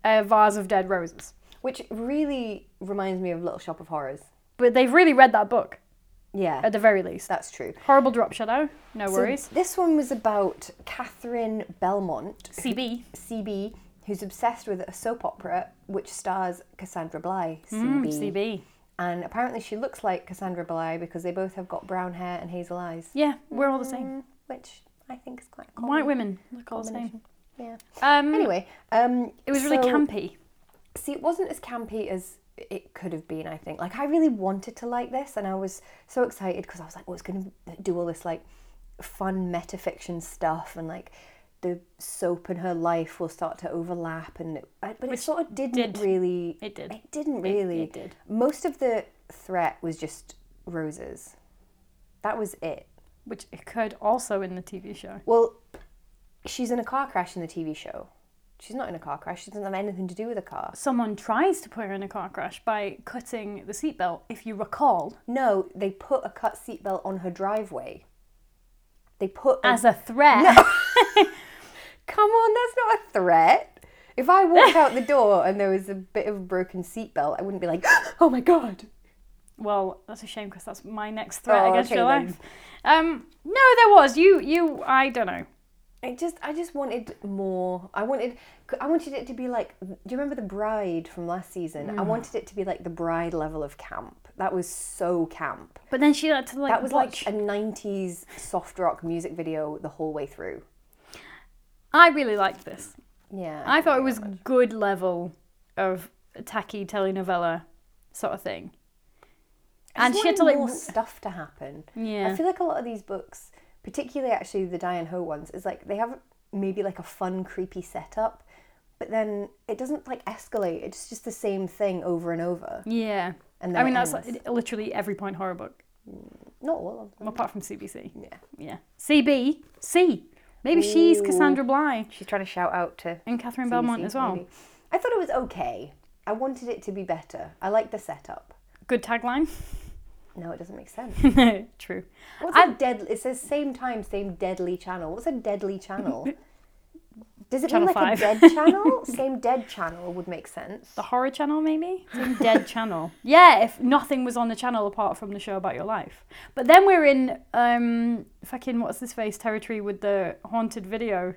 Speaker 2: a vase of dead roses.
Speaker 1: which really reminds me of Little Shop of Horrors.
Speaker 2: But they've really read that book
Speaker 1: Yeah,
Speaker 2: at the very least.
Speaker 1: that's true.
Speaker 2: Horrible drop shadow, no
Speaker 1: So
Speaker 2: worries.
Speaker 1: this one was about Catherine Belmont,
Speaker 2: CB.
Speaker 1: CB, who's obsessed with a soap opera which stars Cassandra Bly,
Speaker 2: Mm,
Speaker 1: CB.
Speaker 2: CB.
Speaker 1: And apparently she looks like Cassandra Bly because they both have got brown hair and hazel eyes,
Speaker 2: Yeah, we're all the same.
Speaker 1: Mm, which I think is quite cool.
Speaker 2: White women look all the same.
Speaker 1: Yeah.
Speaker 2: Um,
Speaker 1: Anyway, um,
Speaker 2: it was really
Speaker 1: so-
Speaker 2: campy.
Speaker 1: See, it wasn't as campy as it could have been. I think. Like, I really wanted to like this, and I was so excited because I was like, "Oh, it's going to do all this like fun metafiction stuff, and like the soap and her life will start to overlap." And it, but it sort of didn't
Speaker 2: did.
Speaker 1: really.
Speaker 2: It did.
Speaker 1: It didn't really.
Speaker 2: it did.
Speaker 1: Most of the threat was just roses. That was it.
Speaker 2: Which occurred also in the TV show.
Speaker 1: Well, she's in a car crash in the TV show. She's not in a car crash. She doesn't have anything to do with a car.
Speaker 2: Someone tries to put her in a car crash by cutting the seatbelt, if you recall,
Speaker 1: No, they put a cut seatbelt on her driveway. They put. A,
Speaker 2: as a threat.
Speaker 1: come on, that's not a threat. If I walked out the door and there was a bit of a broken seatbelt, I wouldn't be like, oh my god.
Speaker 2: Well, that's a shame because that's my next threat
Speaker 1: Oh,
Speaker 2: against
Speaker 1: okay
Speaker 2: your
Speaker 1: then.
Speaker 2: life. Um, no, there was you. You, I don't know.
Speaker 1: I just, I just wanted more. I wanted, I wanted it to be like. Do you remember the bride from last season?
Speaker 2: Mm.
Speaker 1: I wanted it to be like the bride level of camp. That was so camp.
Speaker 2: But then she had to like
Speaker 1: That was
Speaker 2: watch.
Speaker 1: like a '90s soft rock music video the whole way through.
Speaker 2: I really liked this.
Speaker 1: Yeah,
Speaker 2: I thought it was good level of tacky telenovela sort of thing.
Speaker 1: I
Speaker 2: And
Speaker 1: just
Speaker 2: she had to
Speaker 1: wanted
Speaker 2: like
Speaker 1: more stuff to happen.
Speaker 2: Yeah.
Speaker 1: I feel like a lot of these books, particularly actually the Diane Ho ones, is like they have maybe like a fun, creepy setup, but then it doesn't like escalate. It's just the same thing over and over.
Speaker 2: yeah.
Speaker 1: And then
Speaker 2: I mean
Speaker 1: it
Speaker 2: that's
Speaker 1: ends.
Speaker 2: like, literally every point horror book
Speaker 1: not all of them.
Speaker 2: apart from CBC.
Speaker 1: Yeah.
Speaker 2: Yeah. CB C. Maybe she's Cassandra Bly
Speaker 1: She's trying to shout out to
Speaker 2: and Catherine Belmont
Speaker 1: BBC,
Speaker 2: as well.
Speaker 1: maybe. I thought it was okay. I wanted it to be better. I like the setup.
Speaker 2: Good tagline.
Speaker 1: No, it doesn't make sense.
Speaker 2: True.
Speaker 1: What's a deadly? It says same time, same deadly channel. What's a deadly channel? Does it
Speaker 2: Channel
Speaker 1: mean like
Speaker 2: five.
Speaker 1: a dead channel? same dead channel would make sense.
Speaker 2: The horror channel, maybe? Some dead channel. Yeah, if nothing was on the channel apart from the show about your life. But then we're in um, fucking what's this face territory with the haunted video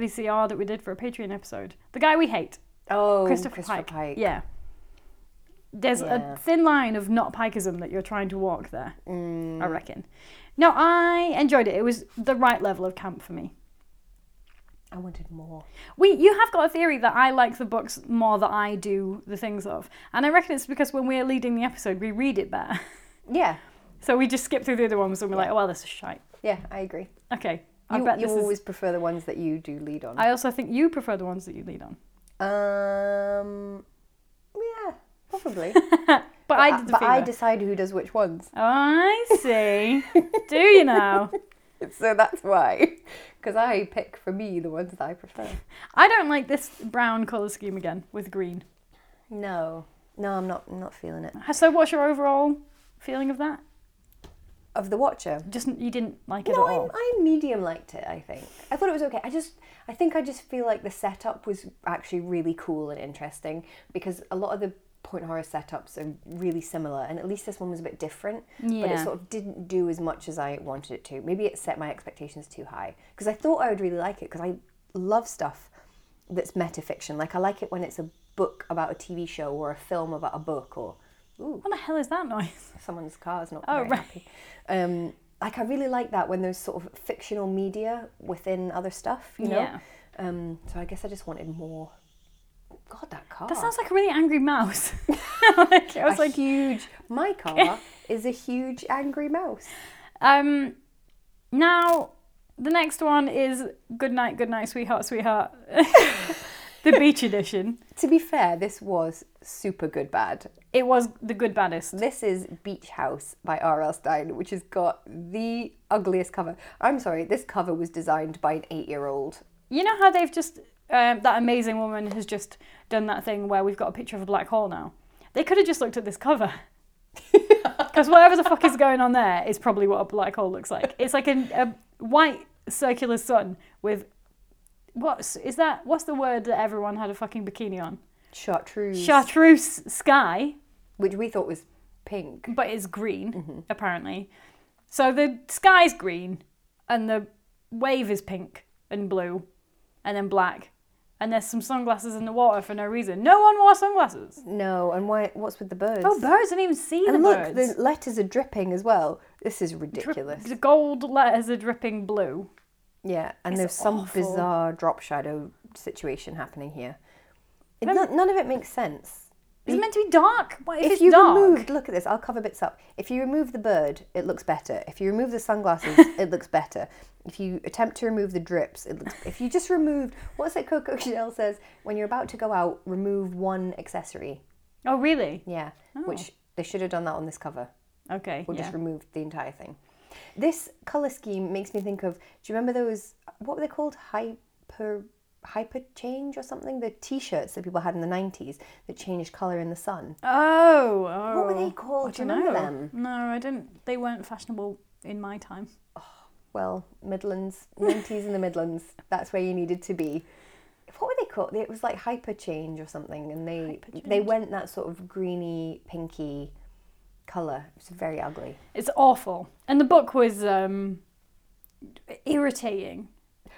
Speaker 2: VCR that we did for a Patreon episode. The guy we hate,
Speaker 1: Oh,
Speaker 2: Christopher, Pike. Yeah. There's
Speaker 1: Yeah.
Speaker 2: a thin line of not Pikeism that you're trying to walk there.
Speaker 1: Mm.
Speaker 2: I reckon. No, I enjoyed it. It was the right level of camp for me.
Speaker 1: I wanted more.
Speaker 2: We, you have got a theory that I like the books more than I do the things of, and I reckon it's because when we're leading the episode, we read it better.
Speaker 1: Yeah,
Speaker 2: so we just skip through the other ones and we're like, "Oh well, this is shite."
Speaker 1: yeah, I agree.
Speaker 2: Okay, I
Speaker 1: You,
Speaker 2: bet
Speaker 1: you
Speaker 2: this
Speaker 1: always
Speaker 2: is.
Speaker 1: prefer the ones that you do lead on.
Speaker 2: I also think you prefer the ones that you lead on,
Speaker 1: um, yeah, probably.
Speaker 2: but, I did the
Speaker 1: but I
Speaker 2: fever. Oh,
Speaker 1: decide who does which ones,
Speaker 2: I see. do you now?
Speaker 1: so that's why. Because I pick for me the ones that I prefer.
Speaker 2: I don't like this brown color scheme again with green.
Speaker 1: No, no, I'm not. I'm not feeling it.
Speaker 2: So, what's your overall feeling of that?
Speaker 1: of The Watcher.
Speaker 2: Just you didn't like it
Speaker 1: No,
Speaker 2: at
Speaker 1: I,
Speaker 2: all.
Speaker 1: I medium liked it. I think I thought it was okay. I just I think I just feel like the setup was actually really cool and interesting because a lot of the point horror setups are really similar, and at least this one was a bit different. But it
Speaker 2: Yeah.
Speaker 1: sort of didn't do as much as I wanted it to. Maybe it set my expectations too high because I thought I would really like it because I love stuff that's metafiction. Like I like it when it's a book about a TV show or a film about a book or ooh
Speaker 2: What the hell is that noise?
Speaker 1: someone's car is not
Speaker 2: Oh,
Speaker 1: very
Speaker 2: right.
Speaker 1: happy. Um, like I really like that when there's sort of fictional media within other stuff, you know.
Speaker 2: Yeah.
Speaker 1: Um, so I guess I just wanted more. God, that car.
Speaker 2: That sounds like a really angry mouse. like, I was
Speaker 1: a
Speaker 2: like,
Speaker 1: huge. My car is a huge angry mouse.
Speaker 2: um, now the next one is Good Night, Good Night, Sweetheart, Sweetheart, the beach edition.
Speaker 1: To be fair, this was super good bad.
Speaker 2: It was the good baddest.
Speaker 1: This is Beach House by R.L. Stein, which has got the ugliest cover. I'm sorry, this cover was designed by an eight-year-old.
Speaker 2: You know how they've just um, that amazing woman has just done that thing where we've got a picture of a black hole now. They could have just looked at this cover. Because whatever the fuck is going on there is probably what a black hole looks like. It's like an, a white circular sun with what's is that? What's the word that everyone had a fucking bikini on?
Speaker 1: Chartreuse,
Speaker 2: Chartreuse sky,
Speaker 1: which we thought was pink.
Speaker 2: but it's green
Speaker 1: Mm-hmm.
Speaker 2: apparently. So the sky's green and the wave is pink and blue and then black. And there's some sunglasses in the water for no reason. No one wore sunglasses.
Speaker 1: No, and why? What's with the birds?
Speaker 2: Oh, birds! I didn't even see the
Speaker 1: And look,
Speaker 2: birds.
Speaker 1: the letters are dripping as well. This is
Speaker 2: Drip-
Speaker 1: ridiculous.
Speaker 2: the gold letters are dripping blue.
Speaker 1: yeah, and
Speaker 2: It's
Speaker 1: there's some
Speaker 2: awful.
Speaker 1: bizarre drop shadow situation happening here. It,
Speaker 2: Remember-
Speaker 1: none, none of it makes sense.
Speaker 2: It's meant to be dark. What if,
Speaker 1: If
Speaker 2: it's
Speaker 1: you
Speaker 2: dark?
Speaker 1: removed, look at this. I'll cover bits up. If you remove the bird, it looks better. If you remove the sunglasses, it looks better. If you attempt to remove the drips, it looks. If you just removed, what's it? Coco Chanel says when you're about to go out, remove one accessory.
Speaker 2: Oh, really?
Speaker 1: Yeah, which they should have done that on this cover.
Speaker 2: Okay.
Speaker 1: or
Speaker 2: yeah.
Speaker 1: just removed the entire thing. This color scheme makes me think of. Do you remember those? What were they called? Hyper hyper change or something? The T-shirts that people had in the nineties that changed color in the sun.
Speaker 2: oh, oh.
Speaker 1: What were they called? Do you remember
Speaker 2: no.
Speaker 1: them?
Speaker 2: No, I didn't. They weren't fashionable in my time.
Speaker 1: Well, Midlands nineties in the Midlands. That's where you needed to be. What were they called? It was like hyper change or something, and they they went that sort of greeny pinky color. It was very ugly.
Speaker 2: It's awful. And the book was um, irritating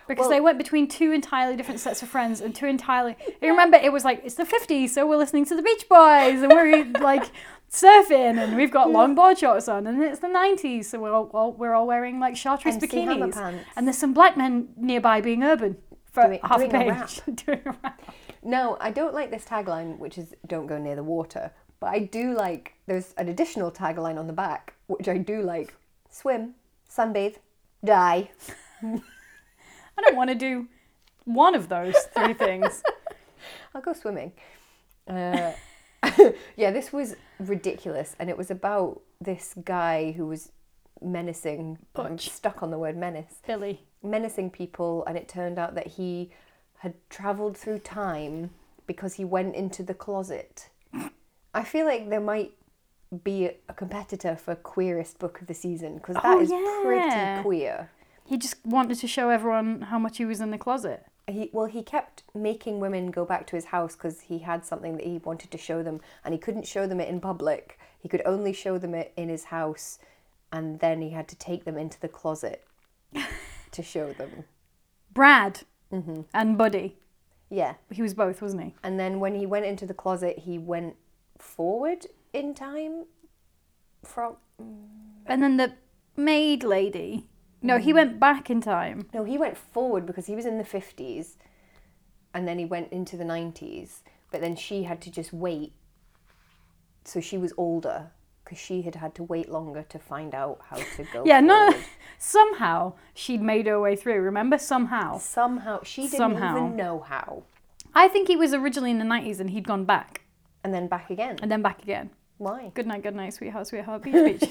Speaker 2: because
Speaker 1: Well-
Speaker 2: they went between two entirely different sets of friends and two entirely. I remember it was like it's the 50s, so we're listening to the Beach Boys and we're like surfing and we've got long board shorts on, and it's the 90s, so we're all, all we're all wearing like chartreuse
Speaker 1: MC Hammer
Speaker 2: bikinis,
Speaker 1: pants.
Speaker 2: and there's some black men nearby being urban for
Speaker 1: Doing-
Speaker 2: half
Speaker 1: doing
Speaker 2: a
Speaker 1: a
Speaker 2: page doing a rap.
Speaker 1: No, I don't like this tagline, which is "Don't go near the water." But I do like there's an additional tagline on the back, which I do like: swim, sunbathe, die.
Speaker 2: I don't want to do one of those three things.
Speaker 1: I'll go swimming. Uh, yeah, this was ridiculous, and it was about this guy who was menacing. I'm
Speaker 2: Butch.
Speaker 1: stuck on the word menace.
Speaker 2: Billy,
Speaker 1: menacing people, and it turned out that he had travelled through time because he went into the closet. I feel like there might be a competitor for queerest book of the season because that
Speaker 2: Oh,
Speaker 1: is
Speaker 2: yeah.
Speaker 1: pretty queer.
Speaker 2: he just wanted to show everyone how much he was in the closet.
Speaker 1: He, well, he kept making women go back to his house because he had something that he wanted to show them, and he couldn't show them it in public. He could only show them it in his house, and then he had to take them into the closet to show them.
Speaker 2: Brad and Buddy.
Speaker 1: Yeah.
Speaker 2: He was both, wasn't he?
Speaker 1: And then when he went into the closet, he went forward in time from.
Speaker 2: And then the maid lady. No, he went back in time.
Speaker 1: No, he went forward because he was in the 50s and then he went into the 90s. But then she had to just wait. So she was older because she had had to wait longer to find out how to go.
Speaker 2: Yeah, no.
Speaker 1: forward.
Speaker 2: Somehow she'd made her way through. Remember, somehow.
Speaker 1: Somehow, she didn't
Speaker 2: Somehow.
Speaker 1: even know how.
Speaker 2: I think he was originally in the nineties and he'd gone back
Speaker 1: And then back again.
Speaker 2: and then back again.
Speaker 1: Why?
Speaker 2: Good night, good night, sweetheart, sweetheart, beach, beach.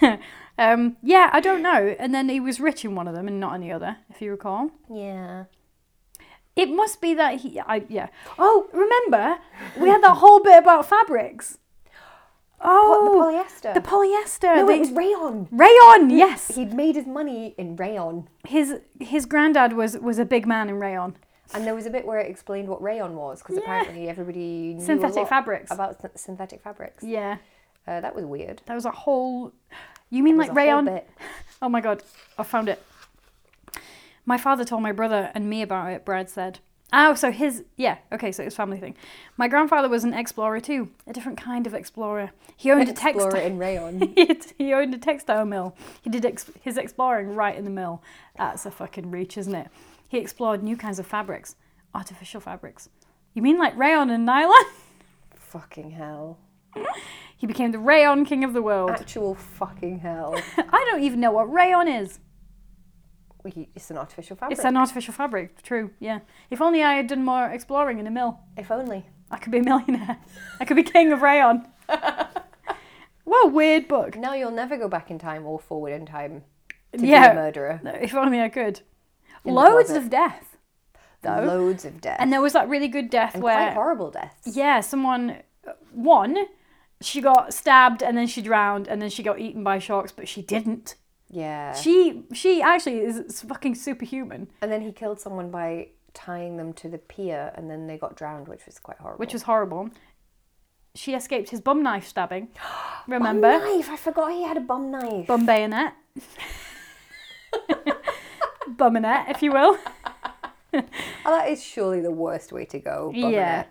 Speaker 2: um, yeah, I don't know. And then he was rich in one of them and not in the other, if you recall.
Speaker 1: Yeah.
Speaker 2: It must be that he. I, yeah. Oh, remember we had that whole bit about fabrics. Oh,
Speaker 1: Po- the polyester.
Speaker 2: the polyester.
Speaker 1: no,
Speaker 2: they-
Speaker 1: it was rayon.
Speaker 2: rayon. Yes,
Speaker 1: He'd made his money in rayon.
Speaker 2: his his granddad was was a big man in rayon.
Speaker 1: And there was a bit where it explained what rayon was because
Speaker 2: Yeah.
Speaker 1: apparently everybody knew
Speaker 2: Synthetic
Speaker 1: a lot
Speaker 2: fabrics.
Speaker 1: about syn- synthetic fabrics.
Speaker 2: Yeah,
Speaker 1: Uh, that was weird.
Speaker 2: that was a whole. You mean
Speaker 1: It was
Speaker 2: like
Speaker 1: a whole
Speaker 2: rayon?
Speaker 1: bit.
Speaker 2: Oh my god, I found it. My father told my brother and me about it, Brad said. Oh, so his, yeah, okay, so it's family thing. My grandfather was an explorer too, a different kind of explorer. He owned a
Speaker 1: Explorer
Speaker 2: textile.
Speaker 1: in rayon.
Speaker 2: he owned a textile mill. He did ex- his exploring right in the mill. That's a fucking reach, isn't it? He explored new kinds of fabrics, artificial fabrics. You mean like rayon and nylon?
Speaker 1: fucking hell.
Speaker 2: He became the rayon king of the world.
Speaker 1: Actual fucking hell.
Speaker 2: I don't even know what rayon is.
Speaker 1: We- It's an artificial fabric.
Speaker 2: It's an artificial fabric, true, yeah. If only I had done more exploring in a mill,
Speaker 1: if only.
Speaker 2: I could be a millionaire. I could be king of rayon. what a weird book.
Speaker 1: Now you'll never go back in time or forward in time to be a
Speaker 2: yeah,
Speaker 1: murderer.
Speaker 2: if only I could.
Speaker 1: In the
Speaker 2: Loads
Speaker 1: closet.
Speaker 2: of death. No.
Speaker 1: Loads of death.
Speaker 2: And there was that really good death
Speaker 1: And quite
Speaker 2: where,
Speaker 1: horrible deaths.
Speaker 2: yeah, someone, uh, one, she got stabbed and then she drowned and then she got eaten by sharks, but she didn't.
Speaker 1: Yeah.
Speaker 2: She she actually is fucking superhuman,
Speaker 1: and then he killed someone by tying them to the pier and then they got drowned, which was quite horrible.
Speaker 2: which was horrible. She escaped his bum knife stabbing. Remember?
Speaker 1: Bum knife. I forgot he had a bum knife.
Speaker 2: bum bayonet, buminet, if you will.
Speaker 1: Oh, that is surely the worst way to go. bum
Speaker 2: yeah,
Speaker 1: knife.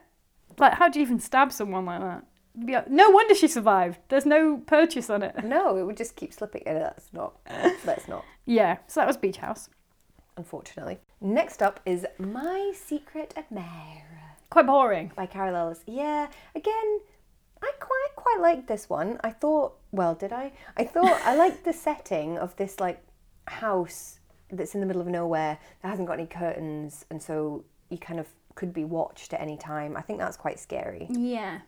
Speaker 2: like how do you even stab someone like that? You'd be like, no wonder she survived. There's no purchase on it.
Speaker 1: No, it would just keep slipping. Uh, That's not. That's not.
Speaker 2: Yeah, so that was Beach House.
Speaker 1: Unfortunately. Next up is My Secret Admirer
Speaker 2: Quite boring.
Speaker 1: by Carol Ellis. Yeah, again, I quite quite liked this one. I thought, well, did I? I thought I liked the setting of this like house that's in the middle of nowhere that hasn't got any curtains, and so you kind of could be watched at any time. I think that's quite scary.
Speaker 2: Yeah.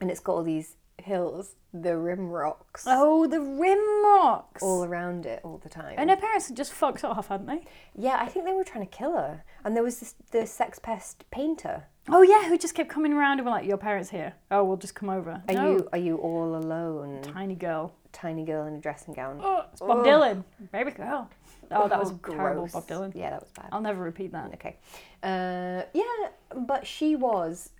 Speaker 1: And it's got all these hills, the rim rocks.
Speaker 2: Oh, the rim rocks.
Speaker 1: all around it all the time.
Speaker 2: And her parents had just fucked off, hadn't they?
Speaker 1: yeah, I think they were trying to kill her. And there was this the sex pest painter.
Speaker 2: Oh yeah, who just kept coming around and were like, "Your parents here? Oh, we'll just come over."
Speaker 1: Are
Speaker 2: no,
Speaker 1: you are you all alone?
Speaker 2: tiny girl.
Speaker 1: Tiny girl in a dressing gown.
Speaker 2: Oh, it's Bob Dylan, baby girl. Oh, that was
Speaker 1: Oh,
Speaker 2: terrible,
Speaker 1: gross.
Speaker 2: Bob Dylan. Oh.
Speaker 1: Yeah, that was bad.
Speaker 2: I'll never repeat that.
Speaker 1: Okay. Uh, yeah, but she was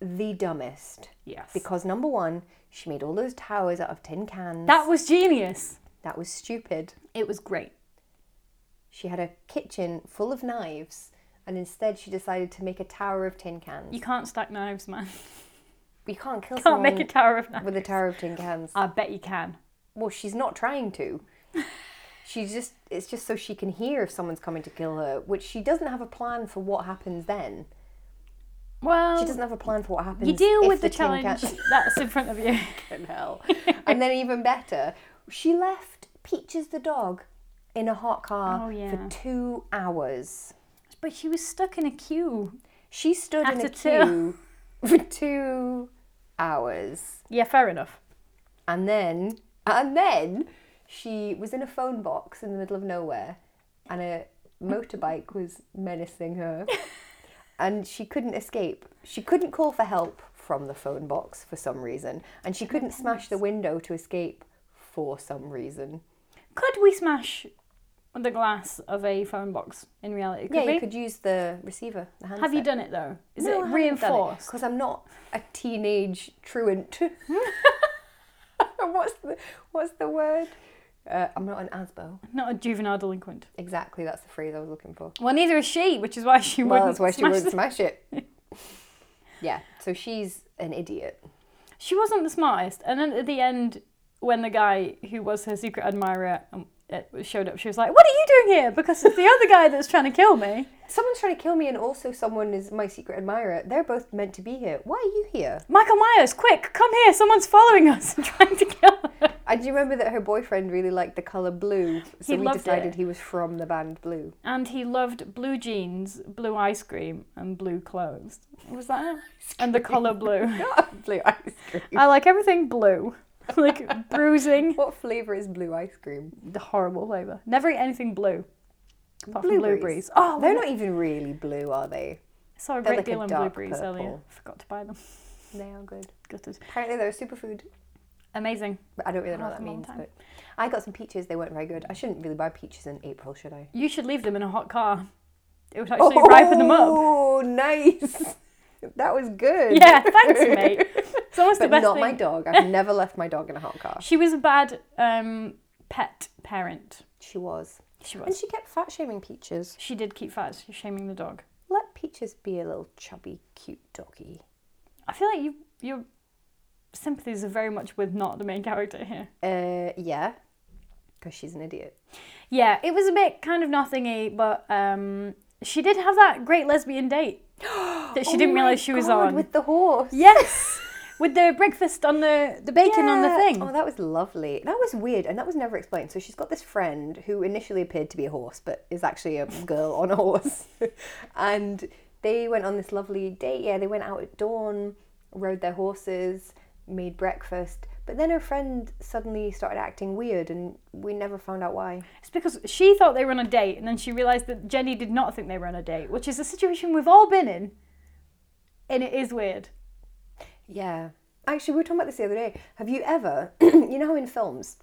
Speaker 1: the dumbest
Speaker 2: Yes.
Speaker 1: because number one, she made all those towers out of tin cans.
Speaker 2: That was genius.
Speaker 1: that was stupid.
Speaker 2: It was great.
Speaker 1: She had a kitchen full of knives, and instead she decided to make a tower of tin cans.
Speaker 2: You can't stack knives, man.
Speaker 1: You can't kill
Speaker 2: Can't
Speaker 1: someone
Speaker 2: make a tower of knives.
Speaker 1: with a tower of tin cans.
Speaker 2: I bet you can.
Speaker 1: Well, she's not trying to. She's just, it's just so she can hear if someone's coming to kill her, which she doesn't have a plan for what happens then. She
Speaker 2: Well,
Speaker 1: doesn't have a plan for what happens.
Speaker 2: you deal
Speaker 1: if
Speaker 2: with the,
Speaker 1: tin
Speaker 2: challenge
Speaker 1: Can-
Speaker 2: that's in front of you.
Speaker 1: Fucking hell. and then even better, she left Peaches the dog in a hot car
Speaker 2: Oh, yeah.
Speaker 1: for two hours.
Speaker 2: But she was stuck in a queue.
Speaker 1: She stood in a
Speaker 2: After two.
Speaker 1: queue for two hours.
Speaker 2: Yeah, fair enough.
Speaker 1: And then, and then she was in a phone box in the middle of nowhere, and a motorbike was menacing her, and she couldn't escape. She couldn't call for help from the phone box for some reason, and she couldn't smash the window to escape for some reason.
Speaker 2: Could we smash the glass of a phone box in reality? Could
Speaker 1: Yeah,
Speaker 2: we?
Speaker 1: you could use the receiver, the handset.
Speaker 2: Have you done it though? Is it reinforced?
Speaker 1: Because I'm not a teenage truant. what's the what's the word? Uh, I'm not an asbo.
Speaker 2: Not a juvenile delinquent.
Speaker 1: Exactly, that's the phrase I was looking for.
Speaker 2: Well, neither is she, which is why she
Speaker 1: Well,
Speaker 2: wouldn't
Speaker 1: that's why she
Speaker 2: smash
Speaker 1: wouldn't
Speaker 2: the-
Speaker 1: smash it. yeah, so she's an idiot.
Speaker 2: she wasn't the smartest. And then at the end, when the guy who was her secret admirer um, it showed up, she was like, "What are you doing here?" Because it's the other guy that's trying to kill me.
Speaker 1: Someone's trying to kill me, and also someone is my secret admirer. They're both meant to be here. Why are you here?
Speaker 2: Michael Myers, quick, come here! Someone's following us and trying to kill us.
Speaker 1: I do remember that her boyfriend really liked the color blue, so
Speaker 2: He
Speaker 1: we
Speaker 2: loved
Speaker 1: decided
Speaker 2: it.
Speaker 1: he was from the band Blue.
Speaker 2: And he loved blue jeans, blue ice cream, and blue clothes. Was that? it? And the color blue.
Speaker 1: blue ice cream.
Speaker 2: I like everything blue, like bruising.
Speaker 1: What flavor is blue ice cream?
Speaker 2: The horrible flavor. Never eat anything blue. Apart from
Speaker 1: Blueberries.
Speaker 2: blueberries. Oh,
Speaker 1: They're not even really blue, are they?
Speaker 2: I saw a
Speaker 1: they're
Speaker 2: great
Speaker 1: like a
Speaker 2: deal on
Speaker 1: dark
Speaker 2: blueberries earlier.
Speaker 1: purple.
Speaker 2: Forgot to buy them.
Speaker 1: They are good.
Speaker 2: Gutted.
Speaker 1: Apparently, they're a superfood.
Speaker 2: Amazing.
Speaker 1: But I don't really know what
Speaker 2: That's
Speaker 1: that
Speaker 2: a long
Speaker 1: means.
Speaker 2: time.
Speaker 1: But I got some peaches. They weren't very good. I shouldn't really buy peaches in April, should I?
Speaker 2: You should leave them in a hot car. It would actually ripen them up.
Speaker 1: Oh, nice. that was good.
Speaker 2: Yeah, thanks, mate. It's almost
Speaker 1: But
Speaker 2: the best
Speaker 1: not
Speaker 2: thing.
Speaker 1: my dog. I've never left my dog in a hot car.
Speaker 2: She was a bad um, pet parent.
Speaker 1: She was.
Speaker 2: She
Speaker 1: And
Speaker 2: was.
Speaker 1: she kept fat shaming Peaches.
Speaker 2: She did keep fat, shaming the dog.
Speaker 1: Let Peaches be a little chubby, cute doggy.
Speaker 2: I feel like you, your sympathies are very much with not the main character here.
Speaker 1: Uh, yeah. Because she's an idiot.
Speaker 2: Yeah, it was a bit kind of nothingy, but um, she did have that great lesbian date that she
Speaker 1: Oh
Speaker 2: didn't
Speaker 1: my
Speaker 2: realize she was
Speaker 1: God,
Speaker 2: on.
Speaker 1: With the horse.
Speaker 2: Yes, with the breakfast on the the bacon on the
Speaker 1: Yeah.
Speaker 2: thing.
Speaker 1: Oh, that was lovely. That was weird, and that was never explained. So she's got this friend who initially appeared to be a horse, but is actually a girl on a horse. and they went on this lovely date. Yeah, they went out at dawn, rode their horses, made breakfast. But then her friend suddenly started acting weird, and we never found out why.
Speaker 2: It's because she thought they were on a date, and then she realized that Jenny did not think they were on a date, which is a situation we've all been in, and it is weird.
Speaker 1: Yeah. Actually, we were talking about this the other day. Have you ever, you know how in films,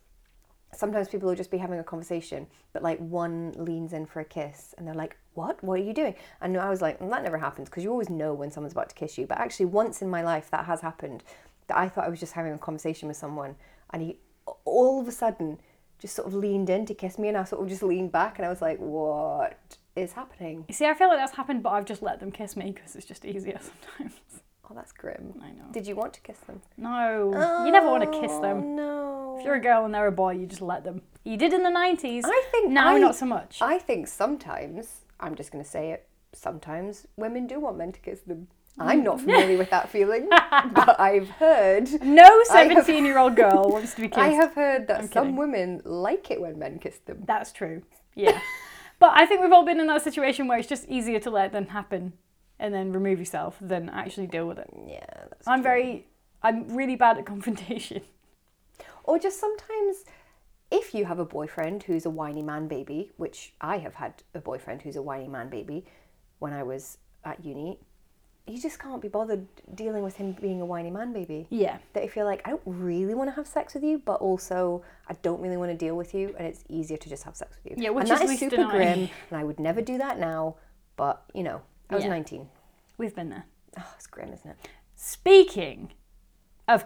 Speaker 1: sometimes people will just be having a conversation, but like one leans in for a kiss and they're like, What? What are you doing? And I was like, "Mm, That never happens because you always know when someone's about to kiss you. But actually, once in my life, that has happened that I thought I was just having a conversation with someone and he all of a sudden just sort of leaned in to kiss me and I sort of just leaned back and I was like, What is happening?
Speaker 2: You see, I feel like that's happened, but I've just let them kiss me because it's just easier sometimes.
Speaker 1: Oh, that's grim.
Speaker 2: I know.
Speaker 1: Did you want to kiss them?
Speaker 2: No, you never want to kiss
Speaker 1: Oh,
Speaker 2: them.
Speaker 1: No.
Speaker 2: If you're a girl and they're a boy, you just let them. You did in the 90s.
Speaker 1: I think
Speaker 2: now
Speaker 1: I-
Speaker 2: not so much.
Speaker 1: I think sometimes, I'm just going to say it, sometimes women do want men to kiss them. I'm not familiar with that feeling, but I've heard.
Speaker 2: no
Speaker 1: I have-
Speaker 2: 17 year old girl wants to be kissed.
Speaker 1: I have heard that
Speaker 2: I'm
Speaker 1: some
Speaker 2: kidding.
Speaker 1: women like it when men kiss them.
Speaker 2: That's true. Yeah. but I think we've all been in that situation where it's just easier to let them happen and then remove yourself than actually deal with it.
Speaker 1: Yeah. That's
Speaker 2: I'm very, I'm really bad at confrontation.
Speaker 1: Or just sometimes, if you have a boyfriend who's a whiny man baby, which I have had a boyfriend who's a whiny man baby when I was at uni, you just can't be bothered dealing with him being a whiny man baby.
Speaker 2: Yeah.
Speaker 1: that if you're like, I don't really want to have sex with you, but also I don't really want to deal with you, and it's easier to just have sex with you.
Speaker 2: Yeah, which
Speaker 1: and that
Speaker 2: is
Speaker 1: is
Speaker 2: least
Speaker 1: super
Speaker 2: annoying.
Speaker 1: grim, and I would never do that now. But you know, I was
Speaker 2: Yeah.
Speaker 1: 19.
Speaker 2: We've been there.
Speaker 1: Oh, it's grim, isn't it?
Speaker 2: Speaking of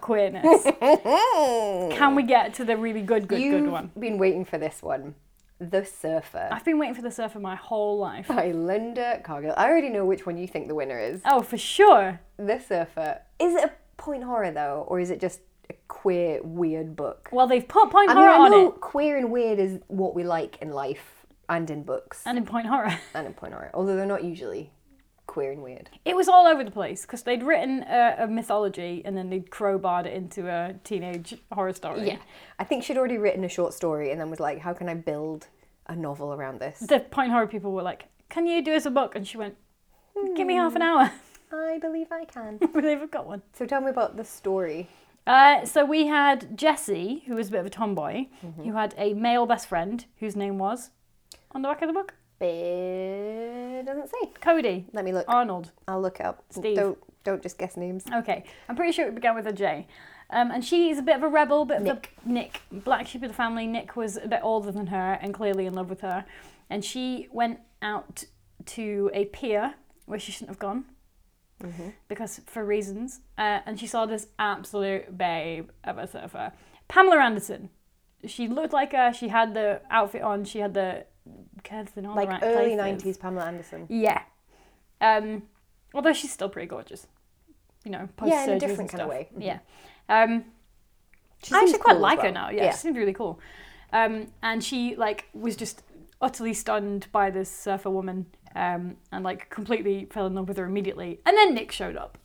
Speaker 2: queerness, can we get to the really good, good,
Speaker 1: You've
Speaker 2: good one?
Speaker 1: been waiting for this one, The Surfer
Speaker 2: I've been waiting for the surfer my whole life.
Speaker 1: by Linda Cargill. I already know which one you think the winner is.
Speaker 2: Oh, for sure.
Speaker 1: The Surfer. Is it a point horror though, or is it just a queer weird book?
Speaker 2: Well, they've put point
Speaker 1: I mean,
Speaker 2: horror
Speaker 1: I
Speaker 2: on
Speaker 1: know
Speaker 2: it
Speaker 1: queer and weird is what we like in life and in books.
Speaker 2: and in point horror.
Speaker 1: and in point horror, although they're not usually queer and weird.
Speaker 2: It was all over the place because they'd written a, a mythology and then they'd crowbarred it into a teenage horror story.
Speaker 1: I think she'd already written a short story and then was like, "How can I build a novel around this?"
Speaker 2: The point horror people were like, Can you do us a book? And she went, Give me half an hour.
Speaker 1: I believe I can.
Speaker 2: I believe I've got one.
Speaker 1: so tell me about the story.
Speaker 2: Uh, so we had Jesse, who was a bit of a tomboy, who had a male best friend whose name was, on the back of the book,
Speaker 1: It doesn't say.
Speaker 2: Cody.
Speaker 1: Let me look.
Speaker 2: Arnold.
Speaker 1: I'll look it up.
Speaker 2: Oh, Steve.
Speaker 1: Don't don't just guess names.
Speaker 2: Okay, I'm pretty sure it began with a J. Um, and she is a bit of a rebel, bit
Speaker 1: Nick.
Speaker 2: of a Nick, black sheep of the family. Nick was a bit older than her and clearly in love with her. And she went out to a pier where she shouldn't have gone
Speaker 1: Mm-hmm.
Speaker 2: because for reasons. Uh, and she saw this absolute babe of a surfer, Pamela Anderson. She looked like her. She had the outfit on. She had the curves in all
Speaker 1: Like
Speaker 2: the right
Speaker 1: early
Speaker 2: places.
Speaker 1: '90s Pamela Anderson.
Speaker 2: Yeah. Um, although she's still pretty gorgeous. You know, post
Speaker 1: Yeah, in a
Speaker 2: surgery
Speaker 1: different
Speaker 2: and
Speaker 1: kind of
Speaker 2: stuff.
Speaker 1: way. Mhm.
Speaker 2: Yeah. Um,
Speaker 1: She
Speaker 2: I
Speaker 1: seems
Speaker 2: actually quite
Speaker 1: cool as
Speaker 2: like her
Speaker 1: well.
Speaker 2: now. Yeah,
Speaker 1: Yeah.
Speaker 2: she seemed really cool. Um, and she like was just utterly stunned by this surfer woman, um, and like completely fell in love with her immediately. And then Nick showed up,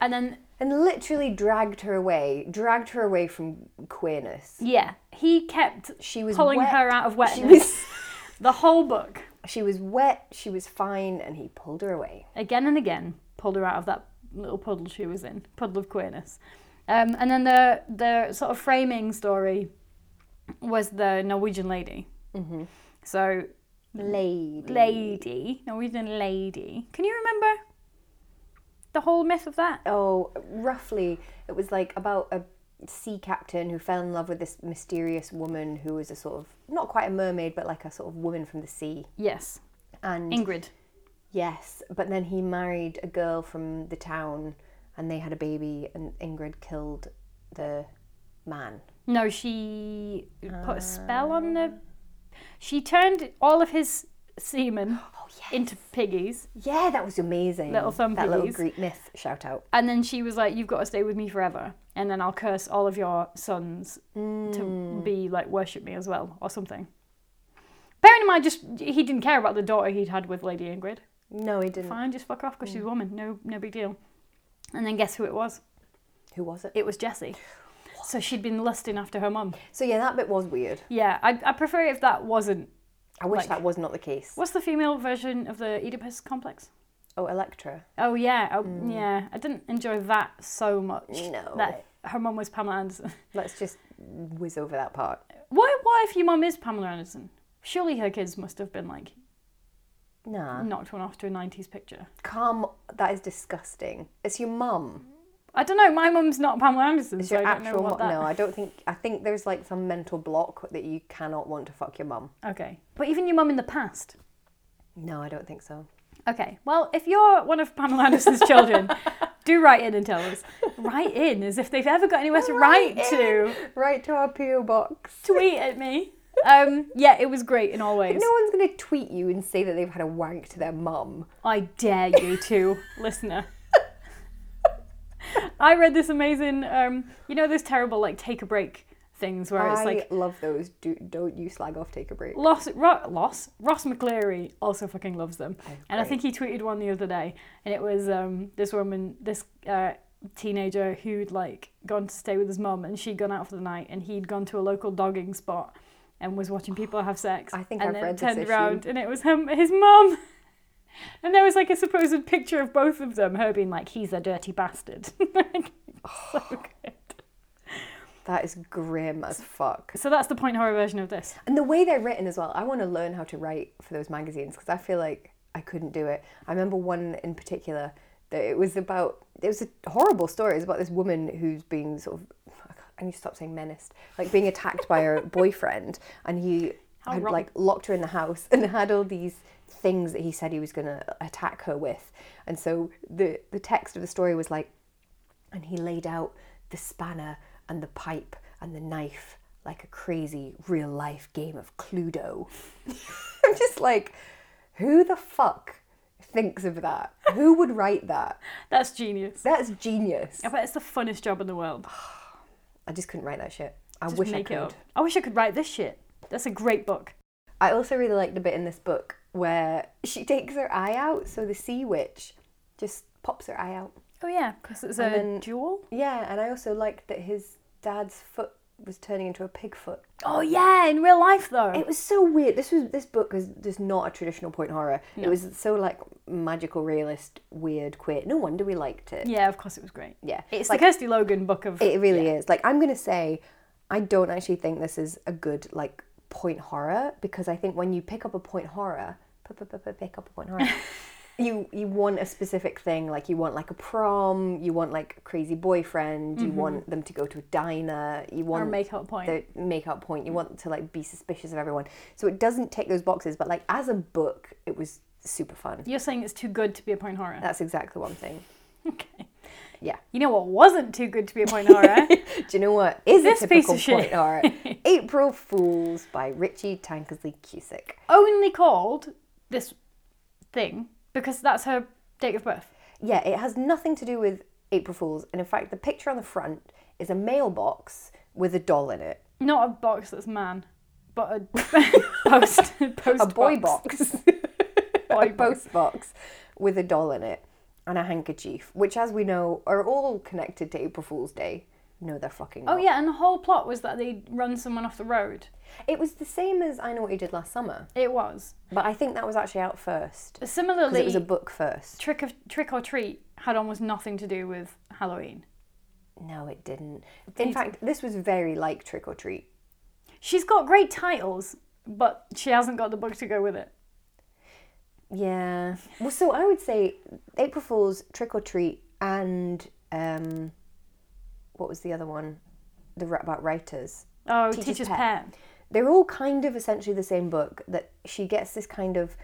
Speaker 2: and then
Speaker 1: And literally dragged her away, dragged her away from queerness.
Speaker 2: yeah, he kept
Speaker 1: She was
Speaker 2: pulling
Speaker 1: wet.
Speaker 2: her out of
Speaker 1: She
Speaker 2: wetness
Speaker 1: was
Speaker 2: the whole book
Speaker 1: she was wet. She was fine, and he pulled her away.
Speaker 2: again and again, pulled her out of that little puddle she was in, puddle of queerness. Um, and then the the sort of framing story was the Norwegian lady. Mm-hmm. So Mm.
Speaker 1: Lady.
Speaker 2: lady, Norwegian lady. Can you remember the whole myth of that?
Speaker 1: oh, roughly, it was like about a sea captain who fell in love with this mysterious woman who was a sort of not quite a mermaid but like a sort of woman from the sea
Speaker 2: Yes.
Speaker 1: and
Speaker 2: Ingrid.
Speaker 1: yes but then he married a girl from the town and they had a baby and Ingrid killed the man
Speaker 2: No, she put a spell on the. She turned all of his semen into piggies,
Speaker 1: yeah that was amazing
Speaker 2: Little thumb
Speaker 1: that little
Speaker 2: piggies.
Speaker 1: Greek myth shout out
Speaker 2: and then she was like, "You've got to stay with me forever, and then I'll curse all of your sons to be like worship me as well, or something." Bearing in mind, just he didn't care about the daughter he'd had with Lady Ingrid.
Speaker 1: no he didn't
Speaker 2: Fine, just fuck off because she's a woman. No, no big deal. And then guess who it was?
Speaker 1: who was it
Speaker 2: It was Jessie. So she'd been lusting after her mum.
Speaker 1: so yeah that bit was weird
Speaker 2: Yeah, I, I prefer if that wasn't
Speaker 1: I wish
Speaker 2: Like-
Speaker 1: that was not the case
Speaker 2: What's the female version of the Oedipus complex?
Speaker 1: oh Electra
Speaker 2: Oh yeah, oh, yeah. I didn't enjoy that so much.
Speaker 1: No.
Speaker 2: That her mum was Pamela Anderson.
Speaker 1: let's just whiz over that part
Speaker 2: Why? Why if your mum is Pamela Anderson? Surely her kids must have been like
Speaker 1: nah
Speaker 2: knocked one off to a '90s picture.
Speaker 1: Come, that is disgusting. It's your mum.
Speaker 2: I don't know. My mum's not Pamela Anderson,
Speaker 1: It's
Speaker 2: so I
Speaker 1: your
Speaker 2: don't know
Speaker 1: actual
Speaker 2: what
Speaker 1: mum.
Speaker 2: that.
Speaker 1: No, I don't think. I think there's like some mental block that you cannot want to fuck your mum.
Speaker 2: Okay, but even your mum in the past.
Speaker 1: No, I don't think so.
Speaker 2: Okay, well, if you're one of Pamela Anderson's children, do write in and tell us. Write in as if they've ever got anywhere to write,
Speaker 1: Write
Speaker 2: to.
Speaker 1: Right to our PO box.
Speaker 2: Tweet at me. Um, yeah, it was great in all ways.
Speaker 1: No one's gonna tweet you and say that they've had a wank to their mum.
Speaker 2: I dare you to, listener. I read this amazing, um, you know, those terrible like take a break things where it's
Speaker 1: I
Speaker 2: like
Speaker 1: love those. Do, don't you slag off? Take a break.
Speaker 2: Loss, Ro- Loss, Ross McCleary also fucking loves them, and I
Speaker 1: great.
Speaker 2: think he tweeted one the other day, and it was um, this woman, this uh, teenager who'd like gone to stay with his mum, and she'd gone out for the night, and he'd gone to a local dogging spot, and was watching people have sex.
Speaker 1: I think
Speaker 2: and
Speaker 1: I've
Speaker 2: then
Speaker 1: read this
Speaker 2: turned
Speaker 1: issue.
Speaker 2: around, and it was him, his mum. And there was like a supposed picture of both of them, her being like, "He's a dirty bastard." so good.
Speaker 1: That is grim as fuck.
Speaker 2: So that's the point horror version of this.
Speaker 1: And the way they're written as well. I want to learn how to write for those magazines because I feel like I couldn't do it. I remember one in particular that it was about. It was a horrible story. It was about this woman who's being sort of. I need to stop saying menaced. Like being attacked by her boyfriend, and he
Speaker 2: How
Speaker 1: had
Speaker 2: wrong.
Speaker 1: like locked her in the house and had all these things that he said he was going to attack her with. And so the the text of the story was like and he laid out the spanner and the pipe and the knife like a crazy real life game of Cluedo. I'm just like, who the fuck thinks of that? Who would write that?
Speaker 2: That's genius.
Speaker 1: That's genius.
Speaker 2: I bet it's the funnest job in the world.
Speaker 1: I just couldn't write that shit. I
Speaker 2: Just
Speaker 1: wish
Speaker 2: make
Speaker 1: I
Speaker 2: it
Speaker 1: could.
Speaker 2: up. I wish I could write this shit. That's a great book.
Speaker 1: I also really like the bit in this book where she takes her eye out, so the sea witch just pops her eye out.
Speaker 2: Oh yeah, because it's a
Speaker 1: And then-
Speaker 2: jewel.
Speaker 1: Yeah, and I also liked that his dad's foot was turning into a pig foot.
Speaker 2: Oh yeah, in real life though.
Speaker 1: It was so weird. This was this book was just not a traditional point horror. It was so like magical realist, weird, queer. No wonder we liked it.
Speaker 2: yeah, of course it was great.
Speaker 1: Yeah,
Speaker 2: It's
Speaker 1: like
Speaker 2: the Kirsty Logan book of
Speaker 1: it really is. Like I'm gonna say, I don't actually think this is a good like point horror because I think when you pick up a point horror, p- p- p- p- pick up a point horror. You, you want a specific thing like you want like a prom you want like a crazy boyfriend
Speaker 2: Mm-hmm.
Speaker 1: you want them to go to a diner you
Speaker 2: our
Speaker 1: want
Speaker 2: makeup point.
Speaker 1: the make-up point. You want to like be suspicious of everyone, so it doesn't tick those boxes. But like as a book, it was super fun.
Speaker 2: You're saying it's too good to be a point horror.
Speaker 1: That's exactly one thing.
Speaker 2: okay.
Speaker 1: Yeah.
Speaker 2: You know what wasn't too good to be a point horror?
Speaker 1: Do you know what is
Speaker 2: This
Speaker 1: a
Speaker 2: piece
Speaker 1: typical
Speaker 2: of shit.
Speaker 1: point art? April Fools by Richie Tankersley Cusick.
Speaker 2: Only called this thing because that's her date of birth.
Speaker 1: Yeah, it has nothing to do with April Fools, and in fact, the picture on the front is a mailbox with a doll in it,
Speaker 2: Not a box that's man, but a post post
Speaker 1: a boy box.
Speaker 2: Boy
Speaker 1: a post box with a doll in it and a handkerchief, which, as we know, are all connected to April Fool's Day. No, they're fucking
Speaker 2: Oh
Speaker 1: not.
Speaker 2: yeah, and the whole plot was that they'd run someone off the road.
Speaker 1: It was the same as I Know What You Did Last Summer,
Speaker 2: It was.
Speaker 1: but I think that was actually out first because
Speaker 2: Similarly,
Speaker 1: it was a book first.
Speaker 2: trick of trick or treat had almost nothing to do with Halloween.
Speaker 1: No, it didn't. In fact, this was very like Trick or Treat.
Speaker 2: She's got great titles, but she hasn't got the book to go with it.
Speaker 1: Yeah. Well, so I would say April Fool's, Trick or Treat, and um, what was the other one? the about writers.
Speaker 2: Oh,
Speaker 1: Teacher's
Speaker 2: teacher's,
Speaker 1: Pet.
Speaker 2: pet.
Speaker 1: They're all kind of essentially the same book that she gets this kind of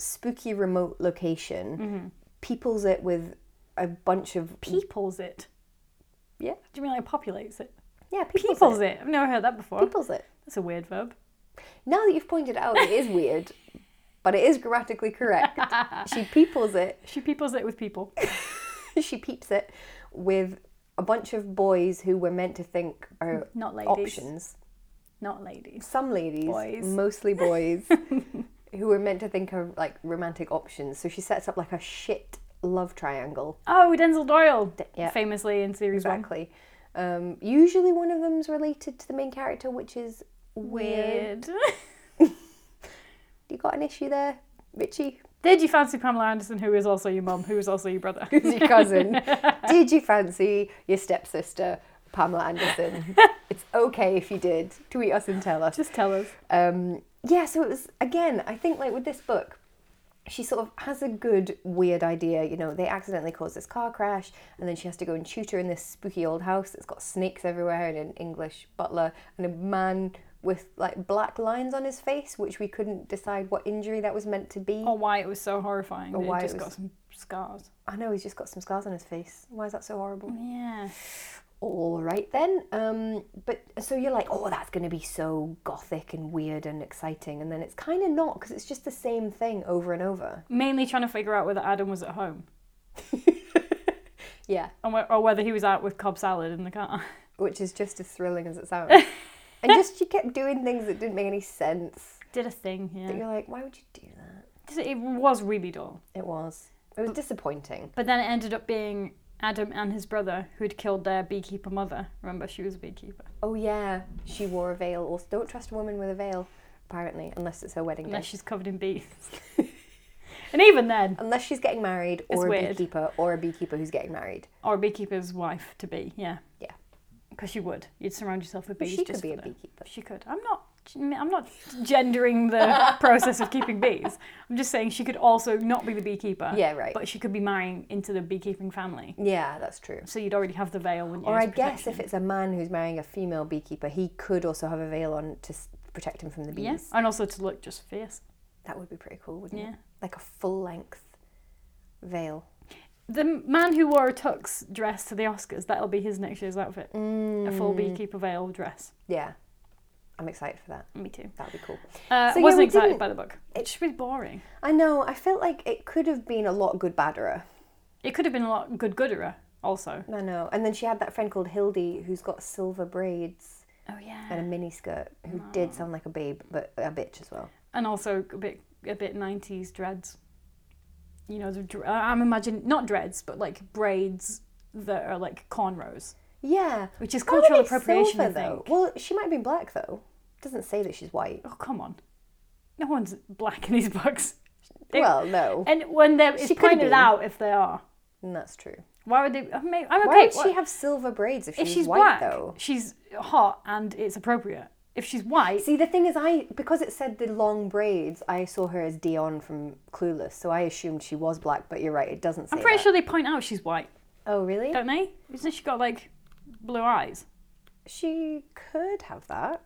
Speaker 1: spooky remote location,
Speaker 2: Mm-hmm.
Speaker 1: peoples it with a bunch of
Speaker 2: peoples it.
Speaker 1: yeah,
Speaker 2: Do you mean like populates it?
Speaker 1: yeah, peoples,
Speaker 2: Peoples
Speaker 1: it.
Speaker 2: it. I've never heard that before.
Speaker 1: Peoples it.
Speaker 2: That's a weird verb.
Speaker 1: Now that you've pointed out, it is weird, but it is grammatically correct. she peoples it.
Speaker 2: She peoples it with people.
Speaker 1: She peeps it with a bunch of boys who were meant to think are
Speaker 2: Not ladies.
Speaker 1: options.
Speaker 2: Not ladies.
Speaker 1: Some ladies,
Speaker 2: Boys.
Speaker 1: mostly boys, who were meant to think are like romantic options. So she sets up like a shit love triangle.
Speaker 2: Oh, Denzel Doyle,
Speaker 1: yeah.
Speaker 2: famously in series one.
Speaker 1: Exactly. Um, usually one of them's related to the main character, which is weird.
Speaker 2: Weird.
Speaker 1: You got an issue there, Richie?
Speaker 2: Did you fancy Pamela Anderson, who is also your mum, who is also your brother?
Speaker 1: Who's your cousin? did you fancy your stepsister, Pamela Anderson? it's okay if you did. Tweet us and tell us.
Speaker 2: Just tell us.
Speaker 1: Um, yeah, so it was, again, I think like with this book, she sort of has a good weird idea. You know, they accidentally cause this car crash, and then she has to go and tutor in this spooky old house that's got snakes everywhere and an English butler and a man with like black lines on his face, which we couldn't decide what injury that was meant to be.
Speaker 2: Or Oh, why it was so horrifying. that
Speaker 1: Oh, why it
Speaker 2: it just
Speaker 1: was-
Speaker 2: got some scars.
Speaker 1: I know he's just got some scars on his face. Why is that so horrible?
Speaker 2: Yeah.
Speaker 1: all right then um but so you're like oh that's going to be so gothic and weird and exciting and then it's kind of not because it's just the same thing over and over
Speaker 2: Mainly trying to figure out whether Adam was at home
Speaker 1: yeah
Speaker 2: and wh- or whether he was out with Cobb salad in the car.
Speaker 1: which is just as thrilling as it sounds and just she kept doing things that didn't make any sense
Speaker 2: Did a thing,
Speaker 1: that
Speaker 2: yeah.
Speaker 1: you're like why would you do that
Speaker 2: Just- It was really dull.
Speaker 1: it was it
Speaker 2: Oh.
Speaker 1: was disappointing
Speaker 2: But then it ended up being Adam and his brother who'd killed their beekeeper mother. Remember, she was a beekeeper.
Speaker 1: oh yeah she wore a veil also don't trust a woman with a veil apparently unless it's her wedding day
Speaker 2: Unless she's covered in bees. and even then,
Speaker 1: unless she's getting married
Speaker 2: It's
Speaker 1: or a
Speaker 2: weird.
Speaker 1: beekeeper or a beekeeper who's getting married
Speaker 2: or a beekeeper's wife to be, yeah.
Speaker 1: Yeah.
Speaker 2: Because you would. You'd surround yourself with
Speaker 1: but
Speaker 2: bees.
Speaker 1: she
Speaker 2: just
Speaker 1: could be
Speaker 2: for
Speaker 1: a
Speaker 2: the-
Speaker 1: beekeeper
Speaker 2: She could. I'm not. I'm not gendering the process of keeping bees. I'm just saying she could also not be the beekeeper.
Speaker 1: yeah right
Speaker 2: But she could be marrying into the beekeeping family.
Speaker 1: yeah that's true
Speaker 2: So you'd already have the veil, wouldn't you?
Speaker 1: Or
Speaker 2: as
Speaker 1: I guess if
Speaker 2: protection?
Speaker 1: it's a man who's marrying a female beekeeper, he could also have a veil on to s- protect him from the bees.
Speaker 2: yeah. And also to look just fierce.
Speaker 1: That would be pretty cool, wouldn't
Speaker 2: Yeah.
Speaker 1: it? Like a full length veil.
Speaker 2: The man who wore a tux dress to the Oscars, that'll be his next year's outfit. A full
Speaker 1: Mm.
Speaker 2: beekeeper veil dress.
Speaker 1: Yeah. I'm excited for that.
Speaker 2: Me too.
Speaker 1: That'd be cool.
Speaker 2: Uh,
Speaker 1: So,
Speaker 2: I
Speaker 1: yeah,
Speaker 2: wasn't
Speaker 1: we
Speaker 2: excited
Speaker 1: didn't-
Speaker 2: by the book. It's just really boring.
Speaker 1: I know, I felt like it could have been a lot good badderer.
Speaker 2: It could have been a lot good gooderer also.
Speaker 1: I know. And then she had that friend called Hildy who's got silver braids
Speaker 2: Oh yeah.
Speaker 1: and a mini skirt who did sound like a babe, but a bitch as well.
Speaker 2: and also a bit a bit 90s dreads you know the, dr- i'm imagining not dreads but like braids that are like cornrows
Speaker 1: Yeah.
Speaker 2: which is
Speaker 1: Why were
Speaker 2: cultural
Speaker 1: they
Speaker 2: appropriation
Speaker 1: silver,
Speaker 2: i think
Speaker 1: though. Well, she might have been black though. Doesn't say that she's white.
Speaker 2: oh come on no one's black in these books It-
Speaker 1: well, no.
Speaker 2: and when they're
Speaker 1: She
Speaker 2: it's
Speaker 1: could've
Speaker 2: pointed
Speaker 1: been.
Speaker 2: out if they are
Speaker 1: And that's true.
Speaker 2: why would they i'm, I'm okay
Speaker 1: Why would
Speaker 2: what-
Speaker 1: she have silver braids if she's,
Speaker 2: if she's
Speaker 1: white
Speaker 2: black
Speaker 1: though?
Speaker 2: she's hot and it's appropriate if she's white
Speaker 1: See, the thing is, I because it said the long braids, I saw her as Dion from Clueless, so I assumed she was black. But you're right, it doesn't say.
Speaker 2: i'm pretty
Speaker 1: that.
Speaker 2: sure they point out she's white
Speaker 1: Oh, really?
Speaker 2: don't they isn't she got like blue eyes
Speaker 1: She could have that.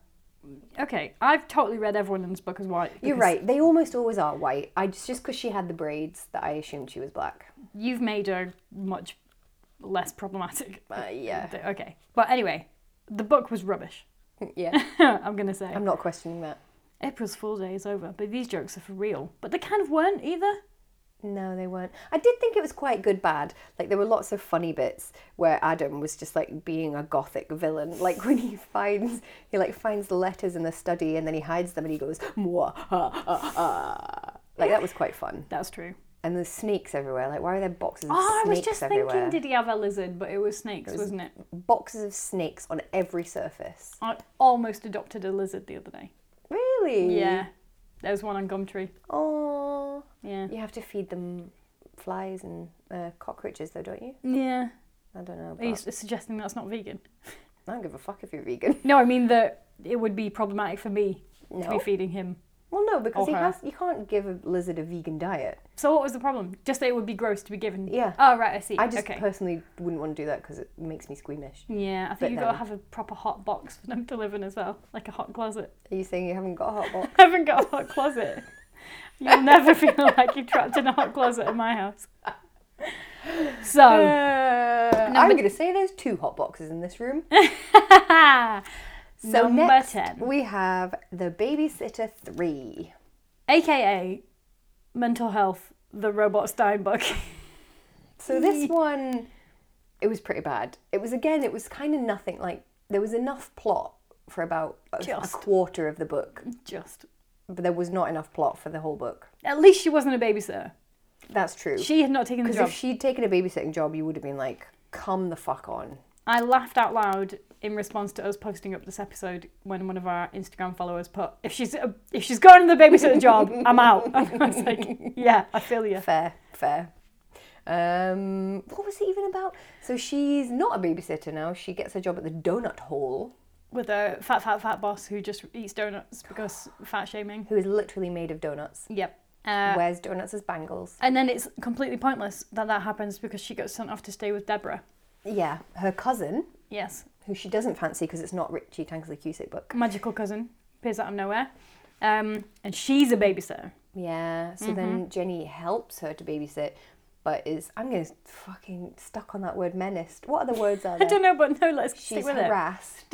Speaker 2: okay i've totally read everyone in this book as white
Speaker 1: You're
Speaker 2: because-
Speaker 1: right. They almost always are white. I just just because she had the braids that I assumed she was black.
Speaker 2: you've made her much less problematic.
Speaker 1: Uh, yeah,
Speaker 2: Okay. But anyway, the book was rubbish.
Speaker 1: yeah.
Speaker 2: I'm going to say.
Speaker 1: I'm not questioning that.
Speaker 2: April's Fool's Day is over, but these jokes are for real. But they kind of weren't either.
Speaker 1: No, they weren't. I did think it was quite good bad. Like there were lots of funny bits where Adam was just like being a gothic villain. Like when he finds he like finds the letters in the study and then he hides them and he goes Mwah, ah, ah, ah." like that was quite fun.
Speaker 2: That's true.
Speaker 1: And there's snakes everywhere. Like why are there boxes of
Speaker 2: Oh, I was
Speaker 1: snakes
Speaker 2: just
Speaker 1: everywhere?
Speaker 2: thinking, did he have a lizard? But it was snakes, was... not it?
Speaker 1: Boxes of snakes on every surface.
Speaker 2: I almost adopted a lizard the other day.
Speaker 1: Really?
Speaker 2: Yeah. There's one on Gumtree.
Speaker 1: Oh.
Speaker 2: Yeah.
Speaker 1: You have to feed them flies and uh, cockroaches though, don't you?
Speaker 2: Yeah.
Speaker 1: I don't know.
Speaker 2: Are you
Speaker 1: But
Speaker 2: s- suggesting that's not vegan?
Speaker 1: I don't give a fuck if you're vegan.
Speaker 2: No, I mean that it would be problematic for me to
Speaker 1: No.
Speaker 2: be feeding him
Speaker 1: Well, no, because he
Speaker 2: her.
Speaker 1: has. You can't give a lizard a vegan diet.
Speaker 2: So what was the problem? Just that it would be gross to be given.
Speaker 1: Yeah.
Speaker 2: Oh right, I see.
Speaker 1: I just
Speaker 2: okay.
Speaker 1: personally wouldn't want to do that because it makes me squeamish.
Speaker 2: yeah, I
Speaker 1: but
Speaker 2: think you've got
Speaker 1: then-
Speaker 2: to have a proper hot box for them to live in as well, like a hot closet.
Speaker 1: Are you saying you haven't got a hot box?
Speaker 2: I haven't got a hot closet. You'll never feel like you're trapped in a hot closet in my house. So,
Speaker 1: I'm
Speaker 2: Uh, number-
Speaker 1: going to say there's two hot boxes in this room. So
Speaker 2: number
Speaker 1: next
Speaker 2: ten,
Speaker 1: we have the Babysitter Three.
Speaker 2: aka mental health, the robot Steinbuck.
Speaker 1: So this one, it was pretty bad. It was again, it was kind of nothing. Like there was enough plot for about a, a
Speaker 2: Just.
Speaker 1: quarter of the book,
Speaker 2: Just
Speaker 1: but there was not enough plot for the whole book.
Speaker 2: at least she wasn't a babysitter.
Speaker 1: That's true.
Speaker 2: She had not taken the
Speaker 1: Because
Speaker 2: job.
Speaker 1: if she'd taken a babysitting job, you would have been like, "Come the fuck on."
Speaker 2: I laughed out loud in response to us posting up this episode when one of our Instagram followers put, "If she's uh, if she's going to the babysitter job, I'm out." And I was like, "Yeah, I feel you."
Speaker 1: Fair, fair. Um, what was it even about? So she's not a babysitter now. She gets a job at the donut hall,
Speaker 2: With a fat, fat, fat boss who just eats donuts because fat shaming.
Speaker 1: who is literally made of donuts.
Speaker 2: Yep. Uh,
Speaker 1: Wears donuts as bangles.
Speaker 2: and then it's completely pointless that that happens because she got sent off to stay with Deborah.
Speaker 1: Yeah, her cousin,
Speaker 2: Yes,
Speaker 1: who she doesn't fancy because it's not Richie Tansley Cusick book.
Speaker 2: magical cousin appears out of nowhere, um, and she's a babysitter.
Speaker 1: Yeah. So then Jenny helps her to babysit, but is I'm gonna fucking stuck on that word menaced. What other words are
Speaker 2: I
Speaker 1: there?
Speaker 2: don't know, but no, let's
Speaker 1: She's
Speaker 2: stick with it.
Speaker 1: harassed,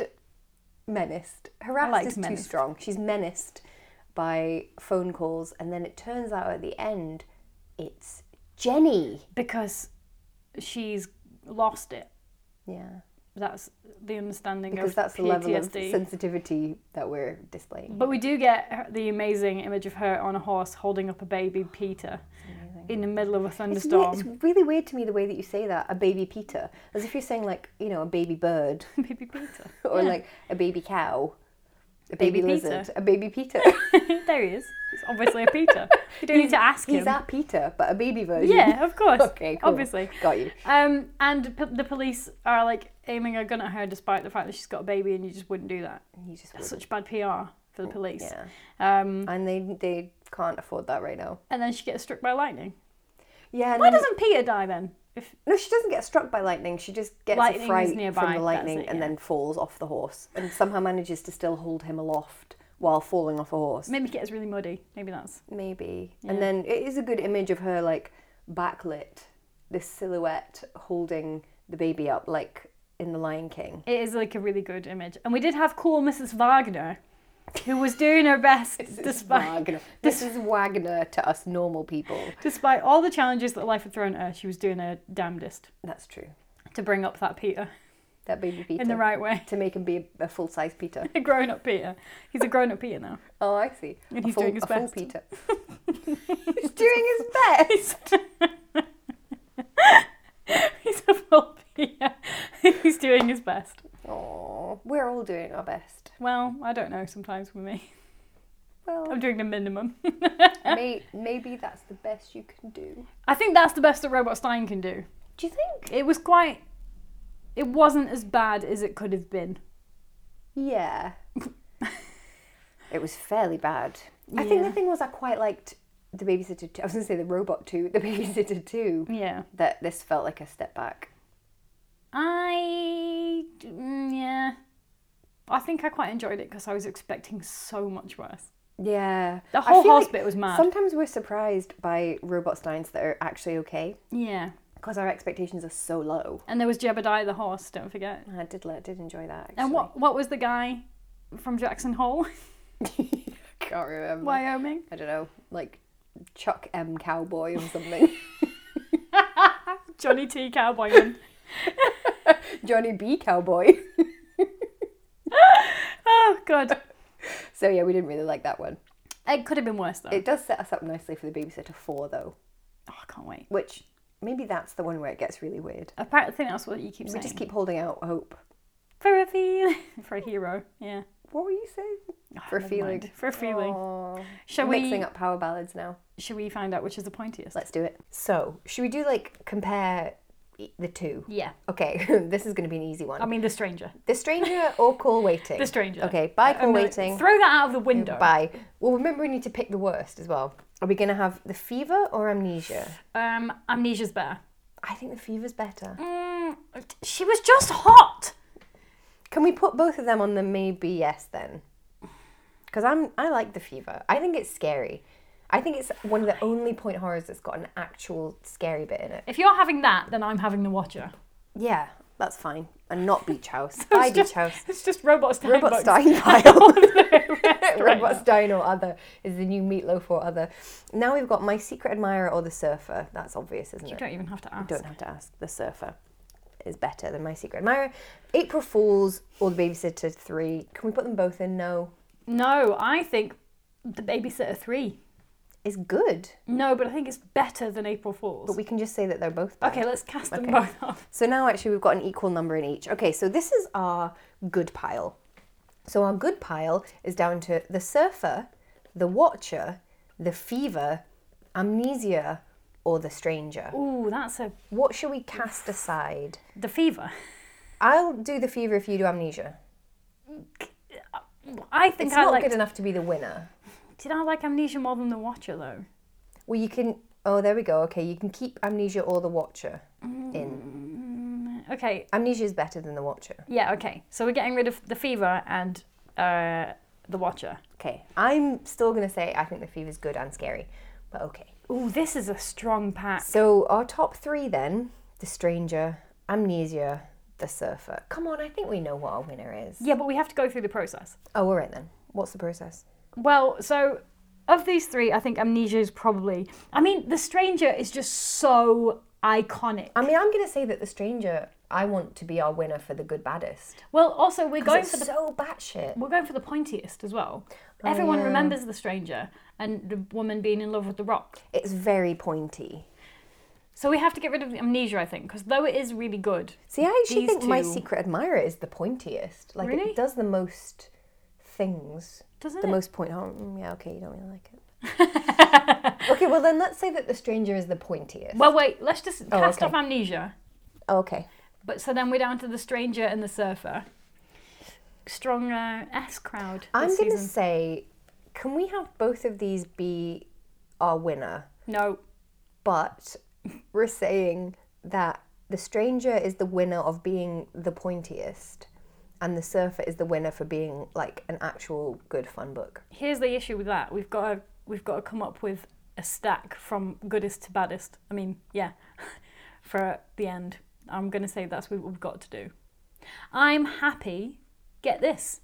Speaker 1: menaced. Harassed
Speaker 2: liked
Speaker 1: is
Speaker 2: menaced.
Speaker 1: too strong. She's menaced by phone calls, and then it turns out at the end, it's Jenny.
Speaker 2: because she's lost it.
Speaker 1: Yeah.
Speaker 2: That's the understanding
Speaker 1: Because
Speaker 2: of
Speaker 1: that's the
Speaker 2: PTSD.
Speaker 1: level of sensitivity that we're displaying.
Speaker 2: but we do get her- the amazing image of her on a horse holding up a baby Peter in the middle of a
Speaker 1: It's, weird,
Speaker 2: thunderstorm.
Speaker 1: it's really weird to me the way that you say that, a baby Peter, as if you're saying like, you know, a baby bird.
Speaker 2: baby Peter.
Speaker 1: or
Speaker 2: Yeah.
Speaker 1: like a baby cow, a
Speaker 2: Baby
Speaker 1: baby,
Speaker 2: Peter.
Speaker 1: lizard, a baby Peter.
Speaker 2: there he is. It's obviously a Peter. You don't need to ask
Speaker 1: He's
Speaker 2: him.
Speaker 1: that Peter, but a baby version.
Speaker 2: yeah, of course.
Speaker 1: Okay, cool.
Speaker 2: Obviously.
Speaker 1: Got you.
Speaker 2: Um, and p- the police are like aiming a gun at her despite the fact that she's got a baby and you just wouldn't do that.
Speaker 1: You just
Speaker 2: That's
Speaker 1: wouldn't.
Speaker 2: such bad PR for the police.
Speaker 1: yeah,
Speaker 2: Um,
Speaker 1: and they they can't afford that right now.
Speaker 2: and then she gets struck by lightning.
Speaker 1: Yeah. and
Speaker 2: Why
Speaker 1: then-
Speaker 2: doesn't Peter die then? If
Speaker 1: no, she doesn't get struck by lightning. She just gets
Speaker 2: Lightning
Speaker 1: a
Speaker 2: is
Speaker 1: fright
Speaker 2: nearby,
Speaker 1: from the
Speaker 2: that's
Speaker 1: lightning
Speaker 2: it,
Speaker 1: and
Speaker 2: yeah.
Speaker 1: then falls off the horse and somehow manages to still hold him aloft while falling off a horse.
Speaker 2: Maybe it gets really muddy. Maybe that's.
Speaker 1: Maybe. And then it is a good image of her like backlit, this silhouette holding the baby up like in The Lion King.
Speaker 2: It is like a really good image. And we did have cool Mrs. Wagner, who was doing her best despite
Speaker 1: Wagner. This is Wagner to us normal people.
Speaker 2: despite all the challenges that life had thrown at her. She was doing her damnedest
Speaker 1: That's true.
Speaker 2: to bring up that Peter
Speaker 1: That baby Peter.
Speaker 2: in the right way.
Speaker 1: to make him be a, a full size Peter.
Speaker 2: A grown up Peter. He's a grown up Peter now.
Speaker 1: Oh, I see.
Speaker 2: And
Speaker 1: a
Speaker 2: he's
Speaker 1: full,
Speaker 2: doing his
Speaker 1: a full
Speaker 2: best.
Speaker 1: Peter. he's doing his best.
Speaker 2: He's, he's a full Peter. He's doing his best.
Speaker 1: Oh, we're all doing our best.
Speaker 2: Well, I don't know sometimes with me.
Speaker 1: Well,
Speaker 2: I'm doing the minimum.
Speaker 1: may, maybe that's the best you can do.
Speaker 2: I think that's the best that Robot Stein can do.
Speaker 1: Do you think?
Speaker 2: It was quite. It wasn't as bad as it could have been.
Speaker 1: Yeah. it was fairly bad. I think
Speaker 2: Yeah.
Speaker 1: the thing was I quite liked the babysitter. Two, I was going to say the robot two, the babysitter two.
Speaker 2: Yeah.
Speaker 1: That this felt like a step back.
Speaker 2: I. mm, Yeah. I think I quite enjoyed it because I was expecting so much worse.
Speaker 1: Yeah.
Speaker 2: The
Speaker 1: I
Speaker 2: whole
Speaker 1: feel
Speaker 2: horse
Speaker 1: like
Speaker 2: bit was mad.
Speaker 1: Sometimes we're surprised by robot steins that are actually okay
Speaker 2: Yeah.
Speaker 1: because our expectations are so low.
Speaker 2: And there was Jebediah the horse, don't forget.
Speaker 1: I did like, did enjoy that. Actually.
Speaker 2: And what what was the guy from Jackson Hole,
Speaker 1: Can't remember.
Speaker 2: Wyoming?
Speaker 1: I don't know, like Chuck M Cowboy or something.
Speaker 2: Johnny T. Cowboyman.
Speaker 1: Johnny B Cowboy.
Speaker 2: oh, God.
Speaker 1: So yeah, we didn't really like that one.
Speaker 2: It could have been worse, though.
Speaker 1: It does set us up nicely for the Babysitter Four though,
Speaker 2: oh, I can't wait.
Speaker 1: which maybe that's the one where it gets really weird.
Speaker 2: Apparently, I think that's what you keep
Speaker 1: We
Speaker 2: saying.
Speaker 1: just keep holding out hope.
Speaker 2: For a feeling. For a hero, yeah.
Speaker 1: What were you saying?
Speaker 2: Ah,
Speaker 1: For a
Speaker 2: never
Speaker 1: feeling.
Speaker 2: mind. For a feeling.
Speaker 1: Aw.
Speaker 2: Shall
Speaker 1: We're
Speaker 2: we,
Speaker 1: mixing up power ballads now?
Speaker 2: shall we find out which is the pointiest?
Speaker 1: Let's do it. So, should we do like compare e, the two.
Speaker 2: Yeah.
Speaker 1: Okay, this is going to be an easy one.
Speaker 2: I mean, the stranger.
Speaker 1: the stranger or call waiting?
Speaker 2: The stranger. Uh,
Speaker 1: Okay, bye
Speaker 2: I'm
Speaker 1: call
Speaker 2: not-
Speaker 1: waiting.
Speaker 2: Throw that out of the window.
Speaker 1: Bye. Well, remember we need to pick the worst as well. Are we going to have the fever or amnesia?
Speaker 2: Um, amnesia's better.
Speaker 1: I think the fever's better.
Speaker 2: Mm, she was just hot.
Speaker 1: Can we put both of them on the maybe yes then? Because I'm I like the fever. I think it's scary. I think it's one of the only point horrors that's got an actual scary bit in it.
Speaker 2: If you're having that, then I'm having the watcher.
Speaker 1: Yeah, that's fine. And not Beach House. Bye Beach House.
Speaker 2: It's just robots.
Speaker 1: Robot Steinpile. Robot Stein or other is the new meatloaf or other. Now we've got My Secret Admirer or The Surfer. That's obvious, isn't
Speaker 2: You
Speaker 1: it?
Speaker 2: don't even have to ask.
Speaker 1: Don't have to ask. The Surfer is better than My Secret Admirer. April Fools or The Babysitter 3. Can we put them both in? No.
Speaker 2: No, I think the babysitter three.
Speaker 1: Is good.
Speaker 2: No, but I think it's better than April Fools.
Speaker 1: But we can just say that they're both bad.
Speaker 2: Okay, let's cast them
Speaker 1: Okay.
Speaker 2: both up.
Speaker 1: So now actually we've got an equal number in each. Okay, so this is our good pile. So our good pile is down to the surfer, the watcher, the fever, amnesia, or the stranger.
Speaker 2: Ooh, that's a
Speaker 1: What should we cast aside?
Speaker 2: the fever.
Speaker 1: I'll do the fever if you do amnesia.
Speaker 2: I think
Speaker 1: It's
Speaker 2: I
Speaker 1: not
Speaker 2: like.
Speaker 1: good enough to be the winner.
Speaker 2: Did I like Amnesia more than the Watcher though?
Speaker 1: Well, you can. Oh, there we go. Okay, you can keep amnesia or the watcher in.
Speaker 2: Okay,
Speaker 1: Amnesia is better than the watcher.
Speaker 2: yeah, okay. So we're getting rid of the fever and uh, the Watcher.
Speaker 1: Okay, I'm still gonna say I think the fever's good and scary, but okay.
Speaker 2: Ooh, this is a strong pack.
Speaker 1: So our top three then: the stranger, amnesia, the surfer. Come on, I think we know what our winner is.
Speaker 2: Yeah, but we have to go through the process.
Speaker 1: Oh, all right then. What's the process?
Speaker 2: Well, so of these three, I think Amnesia is probably. I mean, The Stranger is just so iconic.
Speaker 1: I mean, I'm gonna say that the stranger. I want to be our winner for the good baddest.
Speaker 2: Well, also we're
Speaker 1: 'Cause
Speaker 2: going
Speaker 1: it's
Speaker 2: for the
Speaker 1: so Oh, batshit.
Speaker 2: we're going for the pointiest as well. Everyone remembers The Stranger and the woman being in love with the rock.
Speaker 1: It's very pointy.
Speaker 2: So we have to get rid of the Amnesia, I think, because though it is really good,
Speaker 1: See, I actually
Speaker 2: These
Speaker 1: think my
Speaker 2: two.
Speaker 1: secret admirer is the pointiest. Like
Speaker 2: Really?
Speaker 1: it does the most things.
Speaker 2: doesn't
Speaker 1: The
Speaker 2: it?
Speaker 1: most point. Oh, mm, yeah. Okay, you don't really like it. okay, well then let's say that the stranger is the pointiest.
Speaker 2: Well, wait. Let's just cast
Speaker 1: Oh, okay.
Speaker 2: off Amnesia.
Speaker 1: Okay.
Speaker 2: But so then we're down to the stranger and the surfer. Strong uh, S crowd.
Speaker 1: I'm
Speaker 2: this
Speaker 1: going to
Speaker 2: season.
Speaker 1: say, can we have both of these be our winner?
Speaker 2: No.
Speaker 1: But we're saying that the stranger is the winner of being the pointiest, and the surfer is the winner for being like an actual good fun book.
Speaker 2: Here's the issue with that. We've got to we've got to come up with a stack from goodest to baddest. I mean, yeah, for the end. I'm going to say that's what we've got to do. I'm happy. Get this.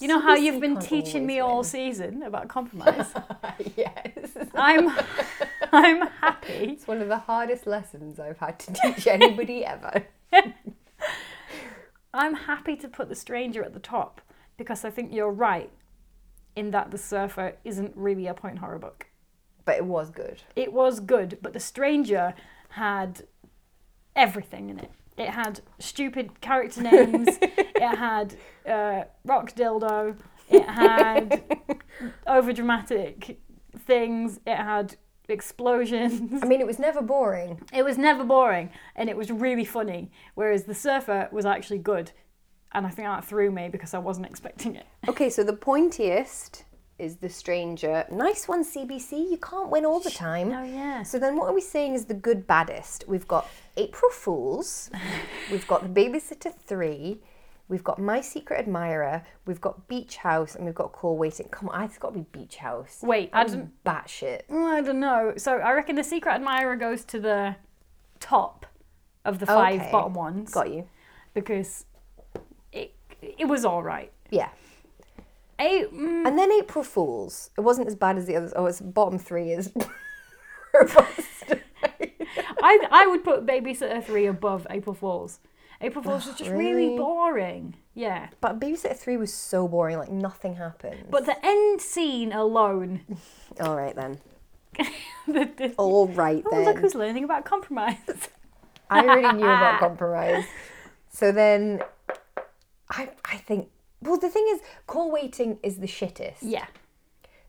Speaker 2: You know how
Speaker 1: CBC
Speaker 2: you've been
Speaker 1: can't
Speaker 2: teaching me
Speaker 1: always
Speaker 2: all season about compromise.
Speaker 1: yes,
Speaker 2: I'm I'm happy.
Speaker 1: it's one of the hardest lessons I've had to teach anybody ever.
Speaker 2: I'm happy to put the stranger at the top because I think you're right in that the surfer isn't really a point horror book.
Speaker 1: But it was good.
Speaker 2: It was good, but the stranger had everything in it. It had stupid character names. it had uh, rock dildo. It had overdramatic things. It had explosions.
Speaker 1: I mean, it was never boring.
Speaker 2: It was never boring and it was really funny. Whereas the surfer was actually good. And I think that threw me because I wasn't expecting it.
Speaker 1: Okay, so the pointiest is the stranger. Nice one, CBC. You can't win all the time.
Speaker 2: Oh, yeah.
Speaker 1: So then what are we saying is the good baddest? We've got April Fools, we've got The Babysitter 3, we've got My Secret Admirer, we've got Beach House, and we've got Call Waiting. Come on, it's got to be Beach House.
Speaker 2: Wait, I
Speaker 1: um,
Speaker 2: don't,
Speaker 1: Batshit.
Speaker 2: Mm, I don't know. So I reckon the secret admirer goes to the top of the five
Speaker 1: Okay.
Speaker 2: bottom ones
Speaker 1: Got you.
Speaker 2: because it it was all right.
Speaker 1: Yeah.
Speaker 2: A, mm,
Speaker 1: And then April Fools. It wasn't as bad as the others. Oh, it's bottom three is. robust.
Speaker 2: I I would put Babysitter Three above April Fools. April Fools was just really?
Speaker 1: really?
Speaker 2: boring. Yeah,
Speaker 1: but Babysitter 3 was so boring, like nothing happened.
Speaker 2: but the end scene alone.
Speaker 1: All right then.
Speaker 2: the- the-
Speaker 1: All right
Speaker 2: oh
Speaker 1: then.
Speaker 2: look who's learning about compromise.
Speaker 1: I already knew about compromise. So then I I think well the thing is call waiting is the shittest.
Speaker 2: yeah,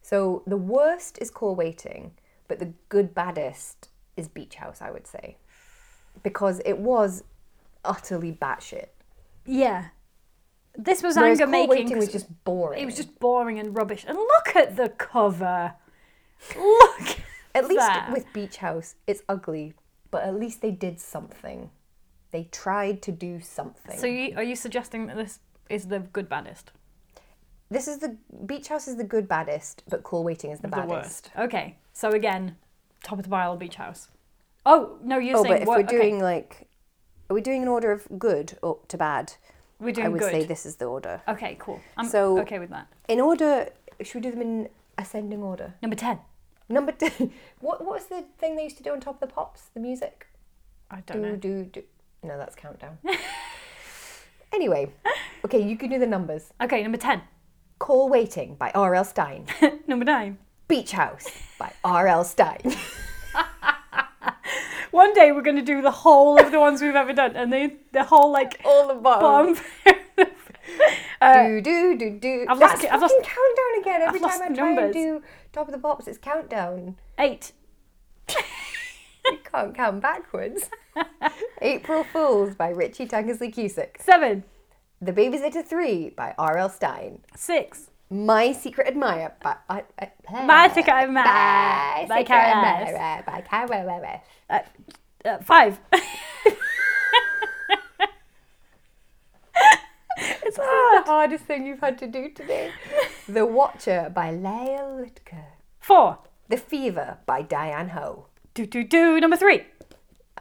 Speaker 1: So the worst is call waiting, but the good baddest is beach house, I would say. because it was utterly batshit.
Speaker 2: Yeah. This was
Speaker 1: Whereas
Speaker 2: anger
Speaker 1: Court
Speaker 2: making.
Speaker 1: Waiting
Speaker 2: 'cause
Speaker 1: was just boring.
Speaker 2: it was just boring and rubbish. And look at the cover. Look.
Speaker 1: At least
Speaker 2: that.
Speaker 1: with Beach House, it's ugly, but at least they did something. They tried to do something.
Speaker 2: So you, are you suggesting that this is the good baddest?
Speaker 1: this is the Beach House is the good baddest, but Cool Waiting is the baddest.
Speaker 2: The worst. Okay. So again, top of the pile, Beach House. Oh no, you're
Speaker 1: Oh,
Speaker 2: saying
Speaker 1: but if
Speaker 2: what-
Speaker 1: we're
Speaker 2: okay,
Speaker 1: doing like, are we doing an order of good up to bad?
Speaker 2: we're doing
Speaker 1: I would
Speaker 2: good.
Speaker 1: say this is the order.
Speaker 2: Okay, cool. I'm
Speaker 1: So-
Speaker 2: okay with that.
Speaker 1: In order, should we do them in ascending order?
Speaker 2: Number ten.
Speaker 1: Number two, what what was the thing they used to do on top of the pops? The music.
Speaker 2: I
Speaker 1: Do
Speaker 2: don't know.
Speaker 1: do do. No, that's countdown. anyway, okay, you can do the numbers.
Speaker 2: Okay, number ten.
Speaker 1: Call Waiting by R.L. Stein.
Speaker 2: number nine.
Speaker 1: Beach House by R.L. Stein.
Speaker 2: One day we're gonna do the whole of the ones we've ever done, and they the whole like
Speaker 1: All above.
Speaker 2: bomb. uh,
Speaker 1: Do do do do.
Speaker 2: I've lost
Speaker 1: That's
Speaker 2: ca- I've
Speaker 1: fucking
Speaker 2: lost-
Speaker 1: countdown again. Every
Speaker 2: lost
Speaker 1: time I
Speaker 2: the
Speaker 1: try
Speaker 2: numbers.
Speaker 1: and do top of the pops, it's countdown.
Speaker 2: eight.
Speaker 1: You can't count backwards. April Fools by Richie Tankersley Cusick.
Speaker 2: Seven.
Speaker 1: The Babysitter Three by R.L. Stein.
Speaker 2: Six.
Speaker 1: My Secret Admirer by uh, I, I,
Speaker 2: My Secret Admirer
Speaker 1: My
Speaker 2: by
Speaker 1: Secret
Speaker 2: Karen Ellis.
Speaker 1: Admirer by Karen Ellis.
Speaker 2: Uh, uh, five. it's
Speaker 1: The
Speaker 2: hard.
Speaker 1: hardest thing you've had to do today. the Watcher by Leia Litker.
Speaker 2: Four.
Speaker 1: The Fever by Diane Ho.
Speaker 2: Do do do. Number three.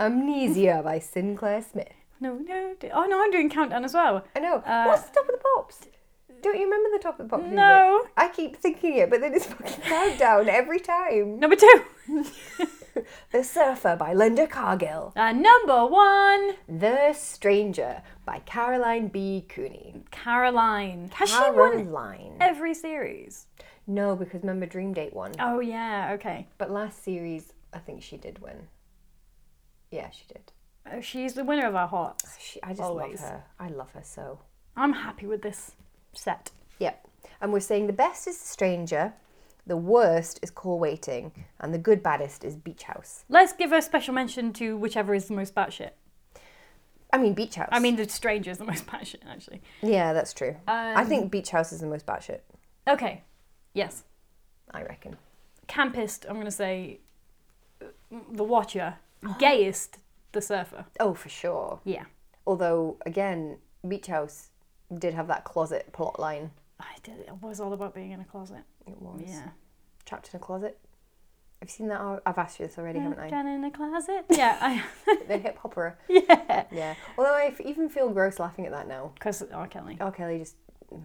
Speaker 1: Amnesia by Sinclair Smith.
Speaker 2: No no. do- Oh no, I'm doing countdown as well.
Speaker 1: I know.
Speaker 2: Uh,
Speaker 1: What's the top of the pops? Don't you remember the top of the pops? music?
Speaker 2: No.
Speaker 1: I keep thinking it, but then it's fucking countdown every time.
Speaker 2: Number two.
Speaker 1: The Surfer by Linda Cargill.
Speaker 2: And Uh, number one.
Speaker 1: The Stranger by Caroline B. Cooney.
Speaker 2: Caroline. Has she won
Speaker 1: Caroline.
Speaker 2: every series?
Speaker 1: No, because remember Dream Date won.
Speaker 2: Oh yeah. Okay.
Speaker 1: But last series, I think she did win. Yeah, she did.
Speaker 2: Oh, she's the winner of our hearts.
Speaker 1: She, I just
Speaker 2: Always.
Speaker 1: love her. I love her so.
Speaker 2: I'm happy with this set.
Speaker 1: Yep. And we're saying the best is The Stranger, the worst is Call Waiting, and the good baddest is Beach House.
Speaker 2: Let's give a special mention to whichever is the most batshit.
Speaker 1: I mean, Beach House.
Speaker 2: I mean, the stranger is the most batshit, actually.
Speaker 1: yeah, that's true. I
Speaker 2: um,
Speaker 1: think Beach House is the most batshit,
Speaker 2: Okay. Yes.
Speaker 1: I reckon.
Speaker 2: Campist, I'm going to say uh, the Watcher. Gayest, the Surfer.
Speaker 1: Oh, for sure.
Speaker 2: Yeah.
Speaker 1: Although, again, Beach House did have that closet plot line.
Speaker 2: I did, it was all about being in a closet.
Speaker 1: It was
Speaker 2: Yeah.
Speaker 1: trapped in a closet. Have you seen that? ar- I've asked you this already, haven't I?
Speaker 2: Down in a closet. Yeah. I,
Speaker 1: the hip hopper.
Speaker 2: yeah.
Speaker 1: Yeah. Although I f- even feel gross laughing at that now.
Speaker 2: Because R. oh, Kelly.
Speaker 1: R. Kelly just mm,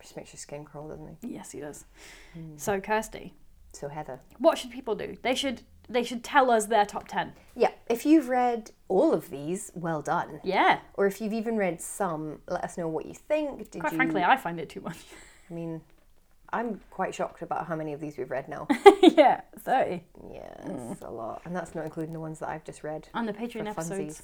Speaker 1: just makes your skin crawl, doesn't he?
Speaker 2: Yes, he does.
Speaker 1: Hmm.
Speaker 2: So, Kirsty,
Speaker 1: So Heather.
Speaker 2: what should people do? They should they should tell us their top 10.
Speaker 1: Yeah. If you've read all of these, well done.
Speaker 2: Yeah.
Speaker 1: Or if you've even read some, let us know what you think. Did
Speaker 2: Quite
Speaker 1: you?
Speaker 2: frankly, I find it too much.
Speaker 1: I mean, I'm quite shocked about how many of these we've read now.
Speaker 2: yeah, 30.
Speaker 1: yeah,
Speaker 2: Mm.
Speaker 1: it's a lot, and that's not including the ones that I've just read.
Speaker 2: On the
Speaker 1: for
Speaker 2: Patreon
Speaker 1: funsies.
Speaker 2: episodes.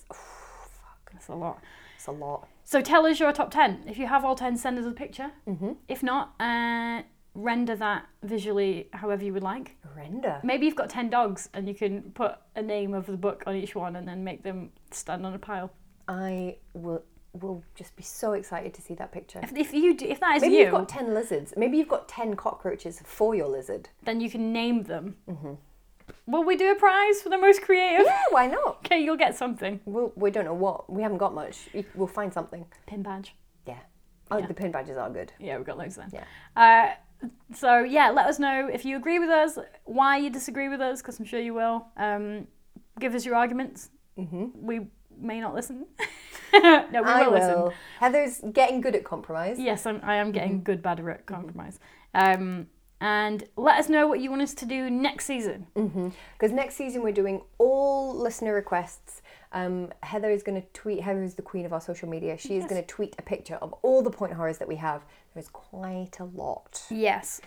Speaker 2: That's a lot.
Speaker 1: It's a lot.
Speaker 2: So tell us your top 10. If you have all 10, send us a picture. Mm-hmm. If not, uh, render that visually however you would like.
Speaker 1: Render.
Speaker 2: Maybe you've got 10 dogs and you can put a name of the book on each one and then make them stand on a pile.
Speaker 1: I will will just be so excited to see that picture.
Speaker 2: If, if you do, if that is
Speaker 1: Maybe
Speaker 2: you,
Speaker 1: have got ten lizards. Maybe you've got ten cockroaches for your lizard.
Speaker 2: then you can name them. Will we do a prize for the most creative?
Speaker 1: Yeah, why not?
Speaker 2: okay, you'll get something.
Speaker 1: We'll, we don't know what. We haven't got much. We- We'll find something.
Speaker 2: Pin badge.
Speaker 1: Yeah. Oh, the pin badges are good.
Speaker 2: Yeah, we've got loads then.
Speaker 1: Yeah.
Speaker 2: Uh, so yeah, let us know if you agree with us, why you disagree with us, because I'm sure you will. Um, give us your arguments. Mm-hmm. We may not listen. no, we
Speaker 1: I
Speaker 2: will, listen. Mm-hmm.
Speaker 1: will. Heather's getting good at compromise.
Speaker 2: Yes, I'm, I am getting good, bad at compromise. Um, and let us know what you want us to do next season.
Speaker 1: Because next season we're doing all listener requests. Um, Heather is going to tweet. Heather is the queen of our social media. She is going to tweet a picture of all the point horrors that we have. There's quite a lot.
Speaker 2: Yes.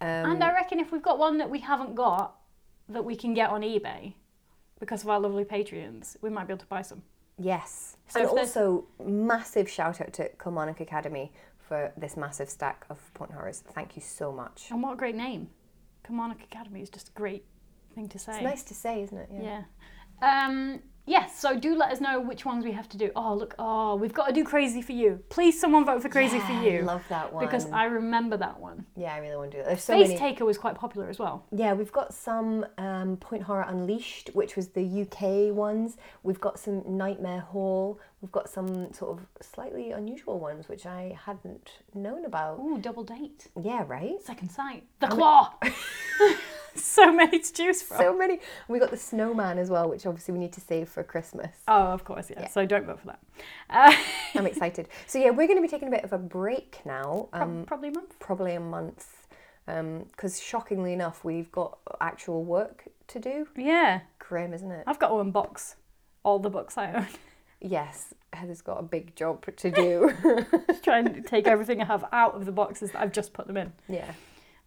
Speaker 1: Um,
Speaker 2: and I reckon if we've got one that we haven't got that we can get on eBay because of our lovely Patreons, we might be able to buy some.
Speaker 1: Yes.
Speaker 2: So
Speaker 1: and
Speaker 2: if there's-
Speaker 1: also, massive shout out to Kilmarnock Academy for this massive stack of point horrors. Thank you so much.
Speaker 2: And what a great name. Kilmarnock Academy is just a great thing to say.
Speaker 1: It's nice to say, isn't it?
Speaker 2: Yeah. Um, Yes, so do let us know which ones we have to do. Oh, look, oh, we've got to do Crazy for You. Please, someone vote for Crazy
Speaker 1: Yeah,
Speaker 2: for You.
Speaker 1: I love that one.
Speaker 2: because I remember that one.
Speaker 1: yeah, I really want to do that. There's so
Speaker 2: Space
Speaker 1: many.
Speaker 2: Taker was quite popular as well.
Speaker 1: yeah, we've got some um, Point Horror Unleashed, which was the UK ones. We've got some Nightmare Hall. We've got some sort of slightly unusual ones, which I hadn't known about.
Speaker 2: Ooh, Double Date,
Speaker 1: Yeah, right.
Speaker 2: Second Sight, The Claw. so many to choose from.
Speaker 1: So many. We got the Snowman as well, which obviously we need to save for Christmas.
Speaker 2: oh, of course, yeah. So don't vote for that. Uh,
Speaker 1: I'm excited. So yeah, we're going to be taking a bit of a break now,
Speaker 2: prob-
Speaker 1: um,
Speaker 2: probably a month.
Speaker 1: probably a month, because shockingly enough, we've got actual work to do.
Speaker 2: Yeah,
Speaker 1: Grim, isn't it?
Speaker 2: I've got to unbox all the books I own.
Speaker 1: Yes, Heather's got a big job to do.
Speaker 2: Just try and take everything I have out of the boxes that I've just put them in.
Speaker 1: yeah,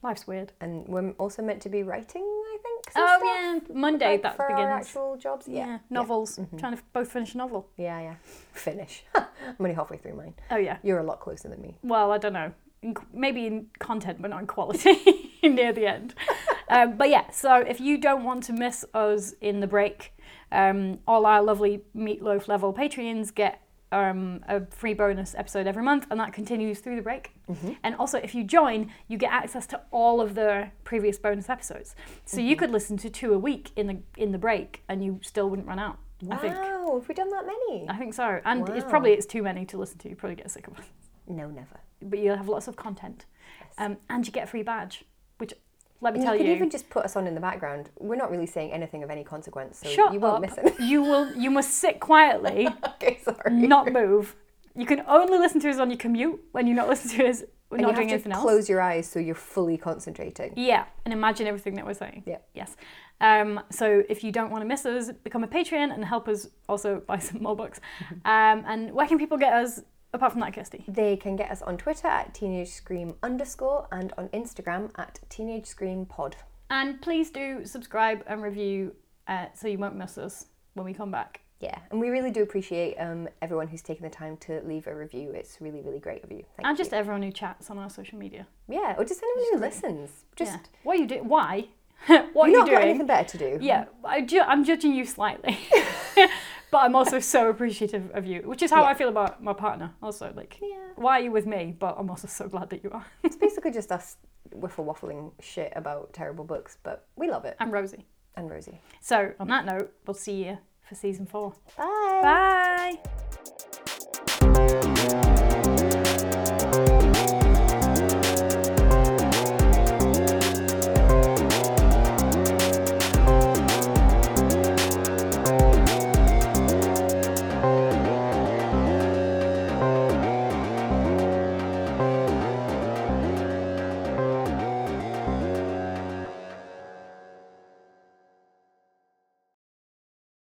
Speaker 2: Life's weird.
Speaker 1: and we're also meant to be writing, I think. some
Speaker 2: Oh
Speaker 1: stuff,
Speaker 2: yeah, Monday
Speaker 1: like,
Speaker 2: that
Speaker 1: for
Speaker 2: begins.
Speaker 1: our actual jobs.
Speaker 2: yeah. Mm-hmm.
Speaker 1: Yeah,
Speaker 2: novels. Trying to f- both finish a novel.
Speaker 1: yeah, yeah. Finish. I'm only halfway through mine.
Speaker 2: Oh yeah.
Speaker 1: You're a lot closer than me.
Speaker 2: Well, I don't know. In, qu- maybe in content, but not in quality near the end. um, but yeah, so if you don't want to miss us in the break, um, all our lovely meatloaf level Patreons get um, a free bonus episode every month, and that continues through the break. And also, if you join, you get access to all of the previous bonus episodes. So you could listen to two a week in the in the break, and you still wouldn't run out. I think.
Speaker 1: Wow, have we done that many?
Speaker 2: I think so, and it's
Speaker 1: Ah. Wow.
Speaker 2: probably it's too many to listen to. You probably get sick of it
Speaker 1: No, never.
Speaker 2: but you'll have lots of content. Um, and you get a free badge, which let me
Speaker 1: And
Speaker 2: tell
Speaker 1: you
Speaker 2: you,
Speaker 1: could even just put us on in the background. We're not really saying anything of any consequence, so
Speaker 2: shut
Speaker 1: you won't
Speaker 2: up.
Speaker 1: miss it.
Speaker 2: you will. You must sit quietly,
Speaker 1: okay, sorry.
Speaker 2: not move. You can only listen to us on your commute when you're not listening to us. We're
Speaker 1: and
Speaker 2: not
Speaker 1: you
Speaker 2: doing
Speaker 1: have to
Speaker 2: anything else.
Speaker 1: close your eyes so you're fully concentrating.
Speaker 2: Yeah, and imagine everything that we're saying.
Speaker 1: Yeah.
Speaker 2: Yes. Um, so if you don't want to miss us, become a Patreon and help us also buy some more books.
Speaker 1: Mm-hmm.
Speaker 2: Um, and where can people get us apart from that, Kirsty?
Speaker 1: They can get us on Twitter at teenage scream underscore and on Instagram at teenage scream pod.
Speaker 2: And please do subscribe and review uh, so you won't miss us when we come back.
Speaker 1: Yeah, and we really do appreciate um, everyone who's taken the time to leave a review. It's really, really great of you. Thank
Speaker 2: and just everyone who chats on our social media.
Speaker 1: you. Yeah, or just anyone who listens. Just
Speaker 2: yeah. what you do? Why? what are
Speaker 1: you've
Speaker 2: you
Speaker 1: not got
Speaker 2: doing?
Speaker 1: anything better to do.
Speaker 2: Yeah, I ju- I'm judging you slightly, but I'm also so appreciative of you, which is how
Speaker 1: Yeah.
Speaker 2: I feel about my partner. Also, like,
Speaker 1: Yeah.
Speaker 2: why are you with me? But I'm also so glad that you are.
Speaker 1: It's basically just us wiffle waffling shit about terrible books, but we love it.
Speaker 2: I'm Rosie.
Speaker 1: And Rosie.
Speaker 2: So on that note, we'll see you for season four.
Speaker 1: Bye.
Speaker 2: Bye.